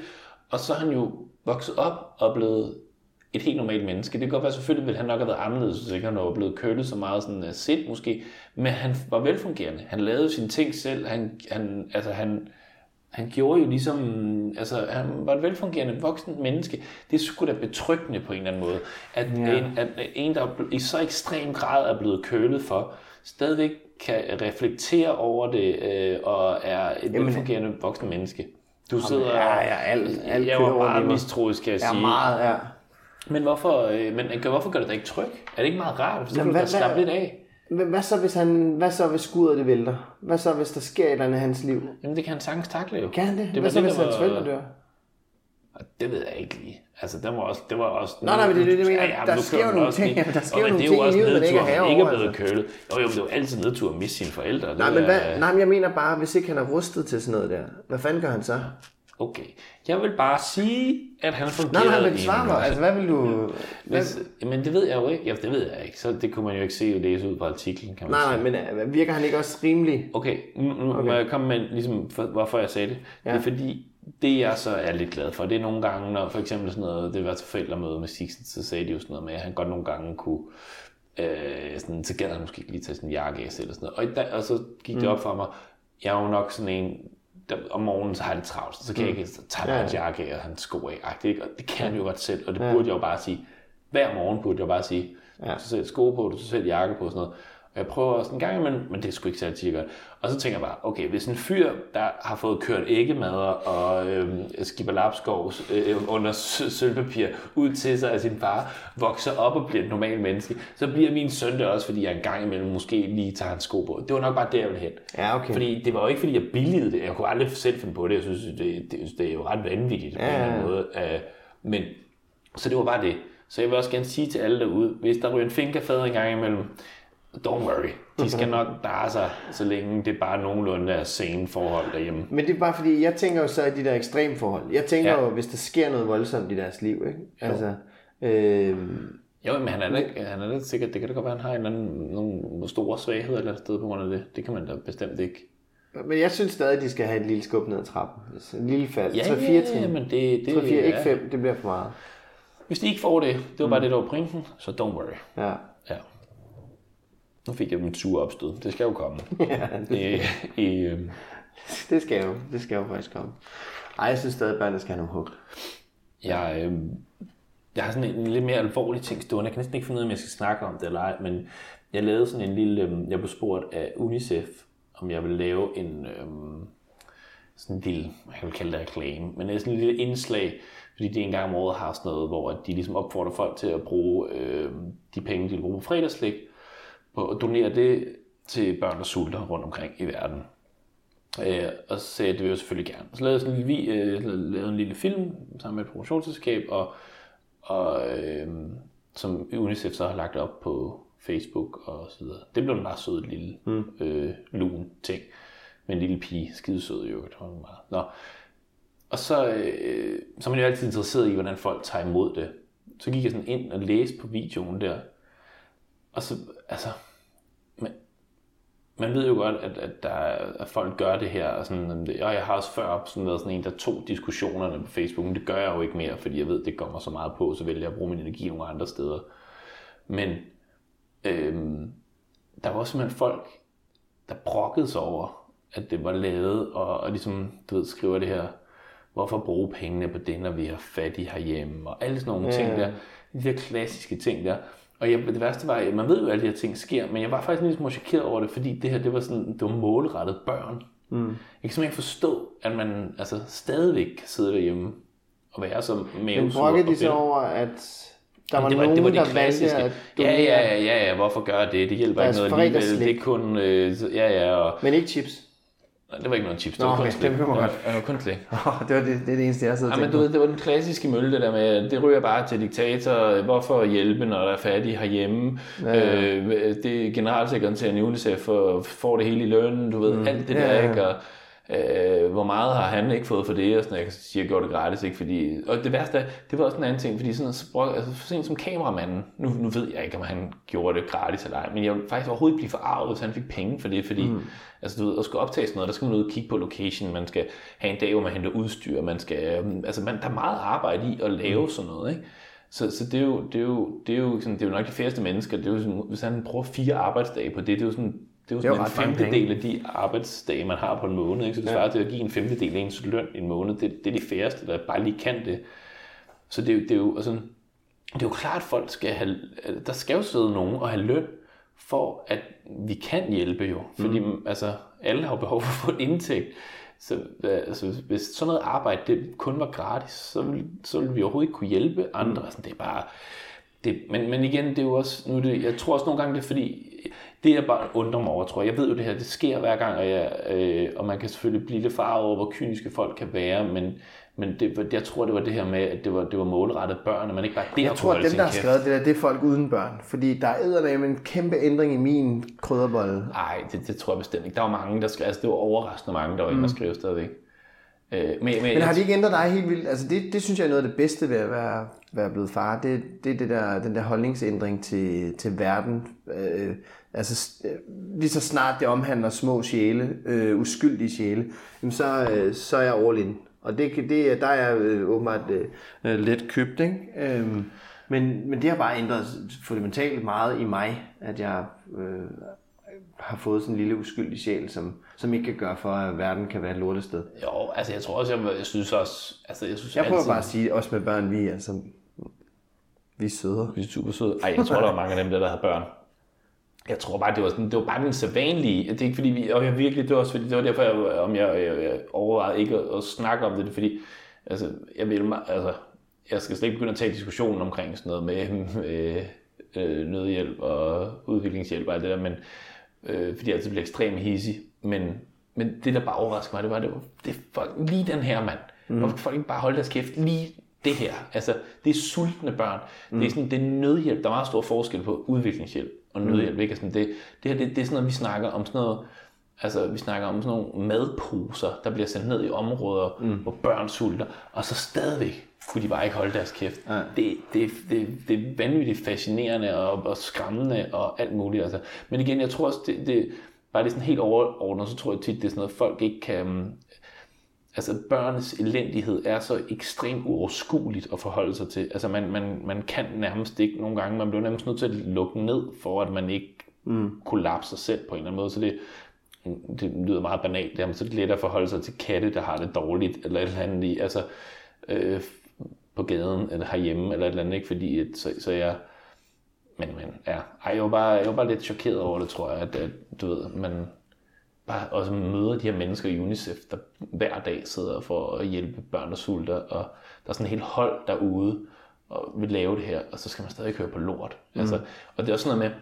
Og så er han jo vokset op og blevet et helt normalt menneske. Det kan godt være, selvfølgelig ville han nok have været anderledes, hvis ikke han var blevet kølet så meget sådan uh, sind måske, men han var velfungerende. Han lavede sine ting selv, han, han, altså han, Han gjorde jo ligesom, altså han var et velfungerende voksent menneske. Det skulle da betryggende på en eller anden måde, at, ja. en, at en, der er ble- i så ekstrem grad er blevet kølet for, stadigvæk kan reflektere over det øh, og er et Jamen, velfungerende voksen menneske. Du sidder og... ja, ja, alt- alt jeg kører var rundt i meget mig. mistroisk, kan jeg Ja, sige. meget, ja. Men hvorfor, øh, men øh, hvorfor gør det dig ikke tryg? Er det ikke meget rart? Så kan Jamen, du da hvad- slappe hvad- lidt af. Men hvad så, hvis han, hvad så, hvis skuddet det vælter? Hvad så, hvis der sker et eller andet i hans liv? Jamen det kan han sagtens takle jo. Kan han det? hvad det var så, det, hvis der hans forældre var, dør? Og det ved jeg ikke lige. Altså det var også... Det var også Nå, nej, men det er det, jeg mener. men Der nu sker kører jo den nogle også ting- lige. der sker Og jo men nogle det er ting i også livet, man ikke nedtur, er herre man ikke er over, blevet kølet. Jo, jo, men det er jo altid nedtur at miste sine forældre. Det Nej, men hvad, er- nej, men jeg mener bare, hvis ikke han er rustet til sådan noget der, hvad fanden gør han så? Okay. Jeg vil bare sige, at han Nej, fungerede... nej, i men en- svar mig. Altså, hvad vil du... Hvad, Hvis, men det ved jeg jo ikke. Ja, det ved jeg ikke. Så det kunne man jo ikke se og læse ud på artiklen, kan man nej, sige. nej, men øh, virker han ikke også rimelig? Okay, nu, nu okay. må jeg komme med, ligesom, for, hvorfor jeg sagde det. Ja. Det er fordi, det jeg så er lidt glad for, det er nogle gange, når for eksempel sådan noget, det var til forældremøde med Sixten, så sagde de jo sådan noget med, at han godt nogle gange kunne, øh, sådan, så gad han måske ikke lige tage sin jakke af selv og sådan noget. Og, i dag, og så gik mm. det op for mig, jeg er jo nok sådan en, der, om morgenen så har jeg det travlt, så kan jeg ikke så tage hans jakke af og hans sko af, agtigt, ikke? og det kan han jo godt selv, og det burde jeg jo bare sige. Hver morgen burde jeg bare sige, ja. så sæt sko på, du så sæt jakke på og sådan noget. Og jeg prøver også en gang imellem, men det er sgu ikke særlig tit, jeg gør det. Og så tænker jeg bare, okay, hvis en fyr, der har fået kørt æggemader og øhm, skipper lapskovs øh, under sø- sølvpapir ud til sig af sin far, vokser op og bliver et normalt menneske, så bliver min søn det også, fordi jeg en gang imellem måske lige tager hans sko på. Det var nok bare der, jeg ville hen. Ja, okay. Fordi det var jo ikke, fordi jeg billigede det. Jeg kunne aldrig selv finde på det. Jeg synes, det, det, det er jo ret vanvittigt på en eller anden måde. Øh, men så det var bare det. Så jeg vil også gerne sige til alle derude, hvis der ryger en fingerfad en gang imellem, don't worry. De skal nok dare sig, så længe det bare nogenlunde er sane forhold derhjemme. Men det er bare fordi, jeg tænker jo så i de der ekstreme forhold. Jeg tænker Ja. ja. jo, hvis der sker noget voldsomt i deres liv, ikke? Altså, øh, Jo, men han er da, ikke- han er da sikkert, det kan da godt være, han har en eller anden, nogle store svagheder et eller andet sted på grund af det. Det kan man da bestemt ikke. men jeg synes stadig, de skal have et lille skub ned ad trappen. Altså, En lille fald. Ja, 3-4 ja, trin. men det- det- 3-4, ikke ja. 5. Det bliver for meget. Hvis de ikke får det, det var bare det, der var pointen, så don't worry. Ja. Ja. Nu fik jeg min sure opstød. Det skal jo komme. I, i, [laughs] øh, Det skal jo. Det skal jo faktisk komme. Ej, jeg synes stadig, at børnene skal have nogle hug. Jeg, øh, jeg har sådan en lidt mere alvorlig ting stående. Jeg kan næsten ikke finde ud af, om jeg skal snakke om det eller ej, men jeg lavede sådan en lille... Øh, jeg blev spurgt af UNICEF, om jeg ville lave en... Øh, sådan en lille, jeg vil kalde det reklame, men det er sådan en lille indslag, fordi de en gang om året har sådan noget, hvor at de ligesom opfordrer folk til at bruge øh, de penge, de vil bruge på fredagslik, på at donere det til børn, der sulter rundt omkring i verden. Øh, og så sagde jeg, det vil jeg selvfølgelig gerne. Så lavede jeg sådan en, vi, øh, lavede en lille film sammen med et produktionsselskab, og, og øh, som UNICEF så har lagt op på Facebook og så videre. Det blev en meget sød lille mm. øh, lun ting. Med en lille pige, skidesød i øvrigt. Hun var meget. Nå. Og så, øh, så er man jo altid interesseret i, hvordan folk tager imod det. Så gik jeg sådan ind og læste på videoen der. Og så, altså, man, man ved jo godt, at, at, der, er- at folk gør det her. Og, sådan, om det- og jeg har også før sådan været sådan en, der tog diskussionerne på Facebook, men det gør jeg jo ikke mere, fordi jeg ved, det kommer så meget på, så vælger jeg at bruge min energi nogle andre steder. Men øhm, der var også simpelthen folk, der brokkede sig over, at det var lavet, og, og ligesom, du ved, skriver det her, hvorfor bruge pengene på det, når vi er fattige herhjemme, og alle sådan nogle ja. ting der, de der klassiske ting der. Og jeg, det værste var, at man ved jo, at alle de her ting sker, men jeg var faktisk lidt smule chokeret over det, fordi det her, det var sådan, det var målrettet børn. Mm. Jeg kan simpelthen ikke forstå, at man altså, stadigvæk kan sidde derhjemme og være så mavesur. Men brokkede og de så bitter. over, at der var, Det var, nogen, det var de der klassiske. valgte at ja, donere, ja, ja, ja, hvorfor gøre det? Det hjælper ikke Deres noget alligevel. fredagsslik. Det er kun... Øh, så- ja, ja, og... men ikke [laughs] chips. Nej, det var ikke noget chips. Det Nå, var kun okay, slik. det kunne man var- godt. Det var kun slik. Oh, det var det, det, er det eneste, jeg sad og Ja, tænkte men på. du ved, det var den klassiske mølle, det der med, at det ryger bare til diktator. Hvorfor hjælpe, når der er fattige herhjemme? Ja, ja. Øh, det er generalsekretæren i UNICEF og får det hele i lønnen, du ved, mm. alt det der, ja, ja. ikke? Og, øh, hvor meget har han ikke fået for det? Og sådan, noget. jeg siger, jeg gjorde det gratis, ikke? Fordi, og det værste er, det var også en anden ting, fordi sådan, så brok- altså, for sent som kameramanden, nu, nu ved jeg ikke, om han gjorde det gratis eller ej, men jeg ville faktisk overhovedet ikke blive forarvet, hvis han fik penge for det, fordi mm. altså, du ved, at skulle optage sådan noget, der skal man ud og kigge på location, man skal have en dag, hvor man henter udstyr, man skal, øhm, altså man, der er meget arbejde i at lave mm. sådan noget, ikke? Så, så det, er jo, det, er jo, det, er jo sådan, det er jo nok de færreste mennesker, det er jo sådan, hvis han bruger fire arbejdsdage på det, det er jo sådan, Det er jo Det er jo sådan en ret mange femtedel af de arbejdsdage, man har på en måned. Ikke? Så det svarer til at give en femtedel af ens løn en måned. Det, det er de færreste, der bare lige kan det. Så det, er jo- det, er, jo, altså, det er jo klart, at folk skal have, altså, der skal jo sidde nogen og have løn, for at vi kan hjælpe jo. Fordi mm. altså, alle har jo behov for at få en indtægt. Så øh, altså, hvis sådan noget arbejde det kun var gratis, så ville, så ville vi overhovedet ikke kunne hjælpe andre. Altså, det er bare, det, men, men igen, det er jo også, nu er det, jeg tror også nogle gange, det er fordi, det jeg bare undrer mig over, tror jeg, jeg ved jo det her, det sker hver gang, og, jeg, øh, og man kan selvfølgelig blive lidt farvet over, hvor kyniske folk kan være, men, men det, var- jeg tror, det var det her med, at det var, det var målrettet børn, og man ikke bare der Jeg tror, kunne at holde dem, sin der har kæft. skrevet det der, det er folk uden børn. Fordi der er eddermame en kæmpe ændring i min krydderbolle. Nej, det, det, tror jeg bestemt ikke. Der var mange, der skrev, altså det var overraskende mange, der var inde og skrev stadigvæk. Øh, men, men, Mm. Men har de ikke ændret dig helt vildt? Altså det, det synes jeg er noget af det bedste ved at være, være blevet far. Det, det er det der, den der holdningsændring til, til verden. Øh, altså s- øh, lige så snart det omhandler små sjæle, øh, uskyldige sjæle, jamen så, øh, så er jeg all in. Og det, kan- det, er- der er jeg øh, åbenbart øh, øh, let købt. Ikke? Øh, men, men det har bare ændret fundamentalt meget i mig, at jeg øh, har fået sådan en lille uskyldig sjæl, som, som ikke kan gøre for, at verden kan være et lortested. Jo, altså jeg tror også, jeg, jeg synes også, altså jeg synes Jeg prøver altid, bare at sige, også med børn, vi er, altså, vi er sødere. Vi er super søde. Ej, jeg tror, der var mange af dem, der, der havde børn. Jeg tror bare, det var, sådan, det var bare den sædvanlige. Det er ikke fordi, vi, og jeg virkelig, det var også fordi, det var derfor, jeg, om jeg, jeg, jeg overvejede ikke at, at, snakke om det, det er fordi, altså, jeg vil, me- altså, jeg skal slet ikke begynde at tage diskussionen omkring sådan noget med øh, øh, nødhjælp og udviklingshjælp og alt det der, men, øh, fordi jeg altid bliver ekstremt hissig, men, men det, der bare overraskede mig, det var, det var det er fucking lige den her mand. Mm. Hvorfor kan folk ikke bare holde deres kæft lige det her? Altså, det er sultne børn. Mm. Det er sådan, det er nødhjælp. Der er meget stor forskel på udviklingshjælp og nødhjælp. Mm. Ikke? Altså, det, det her, det, det er sådan noget, vi snakker om sådan noget, Altså, vi snakker om sådan nogle madposer, der bliver sendt ned i områder, mm. hvor børn sulter, og så stadigvæk kunne de bare ikke holde deres kæft. Ja. Det, det, det, det er vanvittigt fascinerende og, og skræmmende og alt muligt. Altså. Men igen, jeg tror også, det, det, bare det er sådan helt overordnet, så tror jeg tit, det er sådan noget, folk ikke kan... mm, Altså, børns elendighed er så ekstremt uoverskueligt at forholde sig til. Altså, man, man, man kan nærmest ikke nogle gange, man bliver nærmest nødt til at lukke ned, for at man ikke mm. kollapser selv på en eller anden måde. Så det, det lyder meget banalt, det her, men så er det let at forholde sig til katte, der har det dårligt, eller et eller andet i, altså øh, på gaden, eller herhjemme, eller et eller andet, ikke? Fordi, at, så, så jeg, men, men, ja, Ej, jeg var, bare, jeg var bare lidt chokeret over det, tror jeg, at, at du ved, man bare også møder de her mennesker i UNICEF, der hver dag sidder for at hjælpe børn, der sulter, og der er sådan et helt hold derude, og vil lave det her, og så skal man stadig høre på lort. Mm. Altså, og det er også sådan noget med,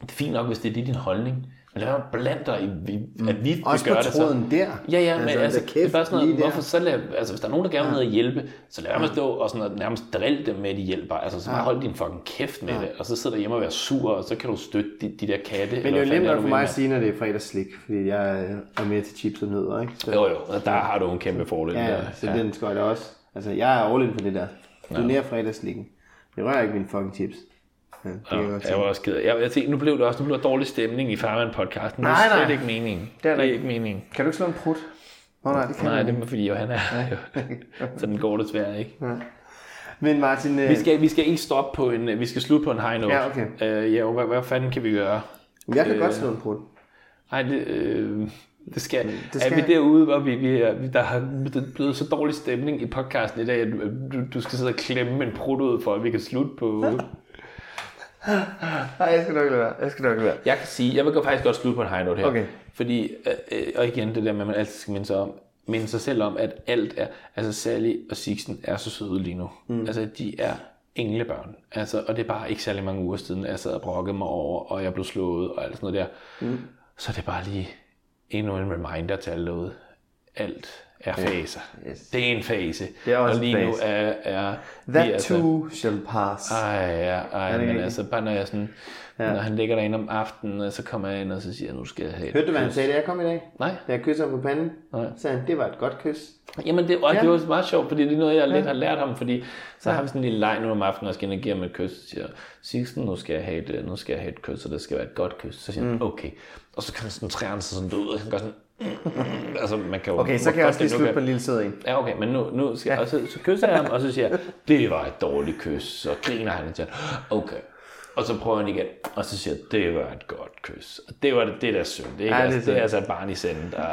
det er fint nok, hvis det er det, din holdning, men lad være med at blande dig i, i at vi, vi Mm. Også gør på det så. tråden der. Ja, ja, men altså, altså da kæft, det er bare sådan noget, lige der. hvorfor så lad, altså, hvis der er nogen, der gerne vil ja. hjælpe, så lad være med at stå og sådan noget, nærmest drille dem med, at de hjælper. Altså, så bare hold din fucking kæft med ja. det, og så sidder hjemme og være sur, og så kan du støtte de, de der katte. Men det er jo nemt nok for mig at sige. sige, når det er fredagsslik, fordi jeg øh, er mere til chips og nødder, ikke? Så, Jo, jo, og der har du en kæmpe fordel. ja, der. ja, så den skal jeg da også. Altså, jeg er all in på det der. Du er nær fredagsslikken. Jeg rører ikke mine fucking chips. Ja, det kan jeg godt Ja, se. jeg var også ked af. Jeg, jeg tænkte, nu blev det også nu blev der dårlig stemning i Farman-podcasten. Det Nej, er slet nej. ikke meningen. Det er der det er ikke. ikke meningen. Kan du ikke slå en prut? Nå, nej, det kan Nej, du det ikke. er fordi Johan er her jo. [laughs] Sådan går det desværre ikke. Men Martin, øh, Vi skal, vi skal ikke stoppe på en... Vi skal slutte på en high note. Ja, okay. Øh, ja, jo, hvad, hvad fanden kan vi gøre? øh, jeg kan godt slå en prut. Nej, det, øh, det, skal, det det skal- skal... Er vi derude, hvor vi, vi er, vi- der har der er blevet så dårlig stemning i podcasten i dag, at du- du, du skal sidde og klemme en prut ud, for at vi kan slutte på... [laughs] Nej, jeg skal nok lade være. Jeg skal nok lade være. Jeg kan sige, jeg vil godt- faktisk godt slutte på en high note her. Okay. Fordi, øh, øh, og igen det der med, at man altid skal minde sig, om, minde sig selv om, at alt er, altså Sally og Sixten er så søde lige nu. Mm. Altså, de er englebørn. Altså, og det er bare ikke særlig mange uger siden, at jeg sad og brokkede mig over, og jeg blev slået og alt sådan noget der. Mm. Så det er bare lige endnu en reminder til alle derude. Alt er faser. Yes. Det er en fase. Det er også og en lige nu fase. er, er vi That altså- Ah, too shall pass. ej, ja, ej, men rigtigt? altså bare når jeg sådan, ja. når han ligger derinde om aftenen, og så kommer jeg ind, og så siger jeg, nu skal jeg have et Hørte du, hvad han kys. sagde, da jeg kom i dag? Nej. Da jeg kysser ham på panden, Nej. sagde han, det var et godt kys. Jamen, det, og det var meget sjovt, fordi det er noget, jeg lidt har lært ham, fordi så har vi sådan en lille leg nu om aftenen, og jeg skal ind og give ham et kys, og siger, Sixten, nu skal jeg have et, nu skal jeg have et kys, og det skal være et godt kys. Så siger Mm. han, okay. Og så koncentrerer han sig sådan, du ved, han gør sådan, [laughs] altså man kan jo... Okay, så hvor kan jeg godt også lige det nu slutte kan- på en lille sød en. Ja, okay, men nu, nu skal, og så, så kysser jeg ham, og så siger jeg, det var et dårligt kys. Så griner han og siger, okay. Og så prøver han igen, og så siger jeg, det var et godt kys. Og det var det, det er da synd. Det er, Ja, det ja, er altså, det, synd. er altså et barn i senden, der...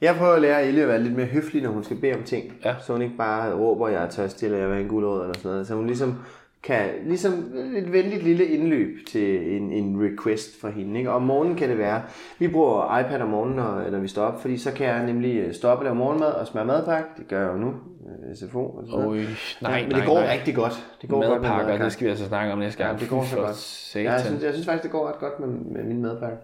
Jeg prøver at lære Ellie at være lidt mere høflig, når hun skal bede om ting. Ja. Så hun ikke bare råber, jeg er tørstig, eller jeg vil have en gulerod, eller sådan noget. Så hun ligesom kan, ligesom et venligt lille indløb til en, en request fra hende. Ikke? Og om morgenen kan det være, vi bruger iPad om morgenen, når, når vi står op, fordi så kan jeg nemlig øh, stoppe og lave morgenmad og smøre madpakke. Det gør jeg jo nu, øh, SFO og sådan Øj, noget. nej, Men nej, det går nej. rigtig godt. Det går godt med Madpakker, madpakke. det skal vi altså snakke om næste gang. Ja, det går så For godt. satan. Ja, jeg, synes, jeg synes faktisk, det går ret godt med, med min madpakke.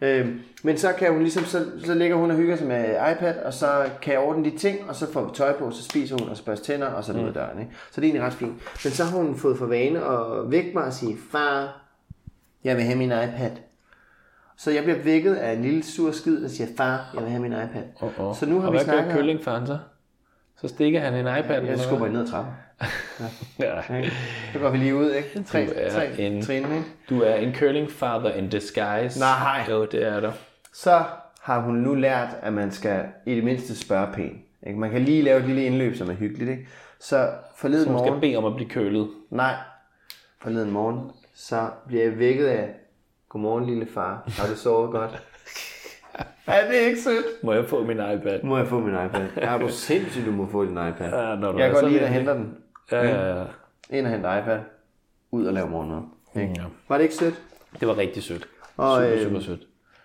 Øhm, men så kan hun ligesom, så, så ligger hun og hygger sig med iPad, og så kan jeg ordne de ting, og så får vi tøj på, så spiser hun og så børster tænder, og så Mm. ud af døren. Ikke? Så det er egentlig ret fint. Men så har hun fået for vane at vække mig og sige, far, jeg vil have min iPad. Så jeg bliver vækket af en lille sur skid, der siger, far, jeg vil have min iPad. Åh, åh. Så nu har og vi hvad snakket... gør om- kølling for han så? Så stikker han en iPad. Jeg skubber hende ned ad trappen. Ja. Så går vi lige ud, ikke? Tre, Du er tre en- trin, ikke? Du er en curling father in disguise. Nej. Jo, det er du. så har hun nu lært, at man skal i det mindste spørge pænt. Ikke? Man kan lige lave et lille indløb, som er hyggeligt. Ikke? Så forleden Hun skal morgen... bede om at blive kølet. Nej, forleden morgen, så bliver jeg vækket af... Godmorgen, lille far. Har du sovet [laughs] godt? er det ikke sødt? Må jeg få min iPad? Må jeg få min iPad? Ja, er du sindssygt, du må få din iPad. Ja, når du jeg er går så lige ind og henter venlig. den. Ja, ja, ja. Ind og henter iPad. Ud og lave morgenmad. Ikke? Ja. Var det ikke sødt? Det var rigtig sødt. Og, Super, øh, super sødt.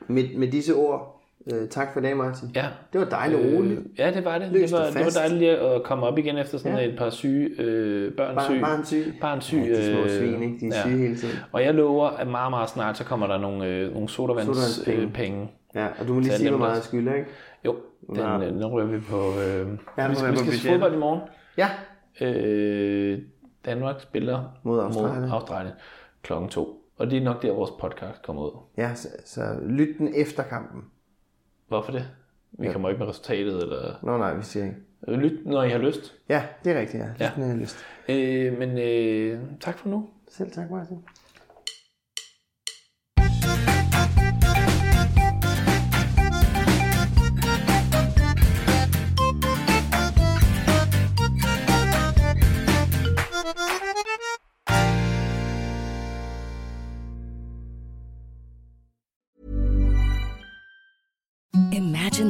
Med, med disse ord, øh, tak for i dag, Martin. Ja. Det var dejligt øh, roligt. Ja, det var det. Løs Det var, dig det var fast. dejligt lige at komme op igen efter sådan Ja. ja. et par syge øh, børn Barn- syge. barnsyge. Barn syge. Ja, de små svin, ikke? De er syge hele tiden. Og jeg lover, at meget, meget snart, så kommer der nogle, øh, nogle sodavandspenge. Sodavandspenge. Øh, penge. Ja, og du må lige Tag sige, dem hvor meget der. jeg skylder, ikke? jo, den, Nå. øh, den rører vi på. Øh, Ja, vi den skal, rører vi på skal til budgettet. fodbold i morgen. Ja, Øh, Danmark spiller Mod Australien. mod Australien klokken to. Og det er nok der, vores podcast kommer ud. Ja, så, så lyt den efter kampen. Hvorfor det? Vi kommer ikke med resultatet. Eller... Nå nej, vi siger ikke. Øh, Lyt, når I har lyst. Ja, det er rigtigt, ja. Lyt, Ja. når I har lyst. Øh, men øh, tak for nu. Selv tak, Martin. Imagine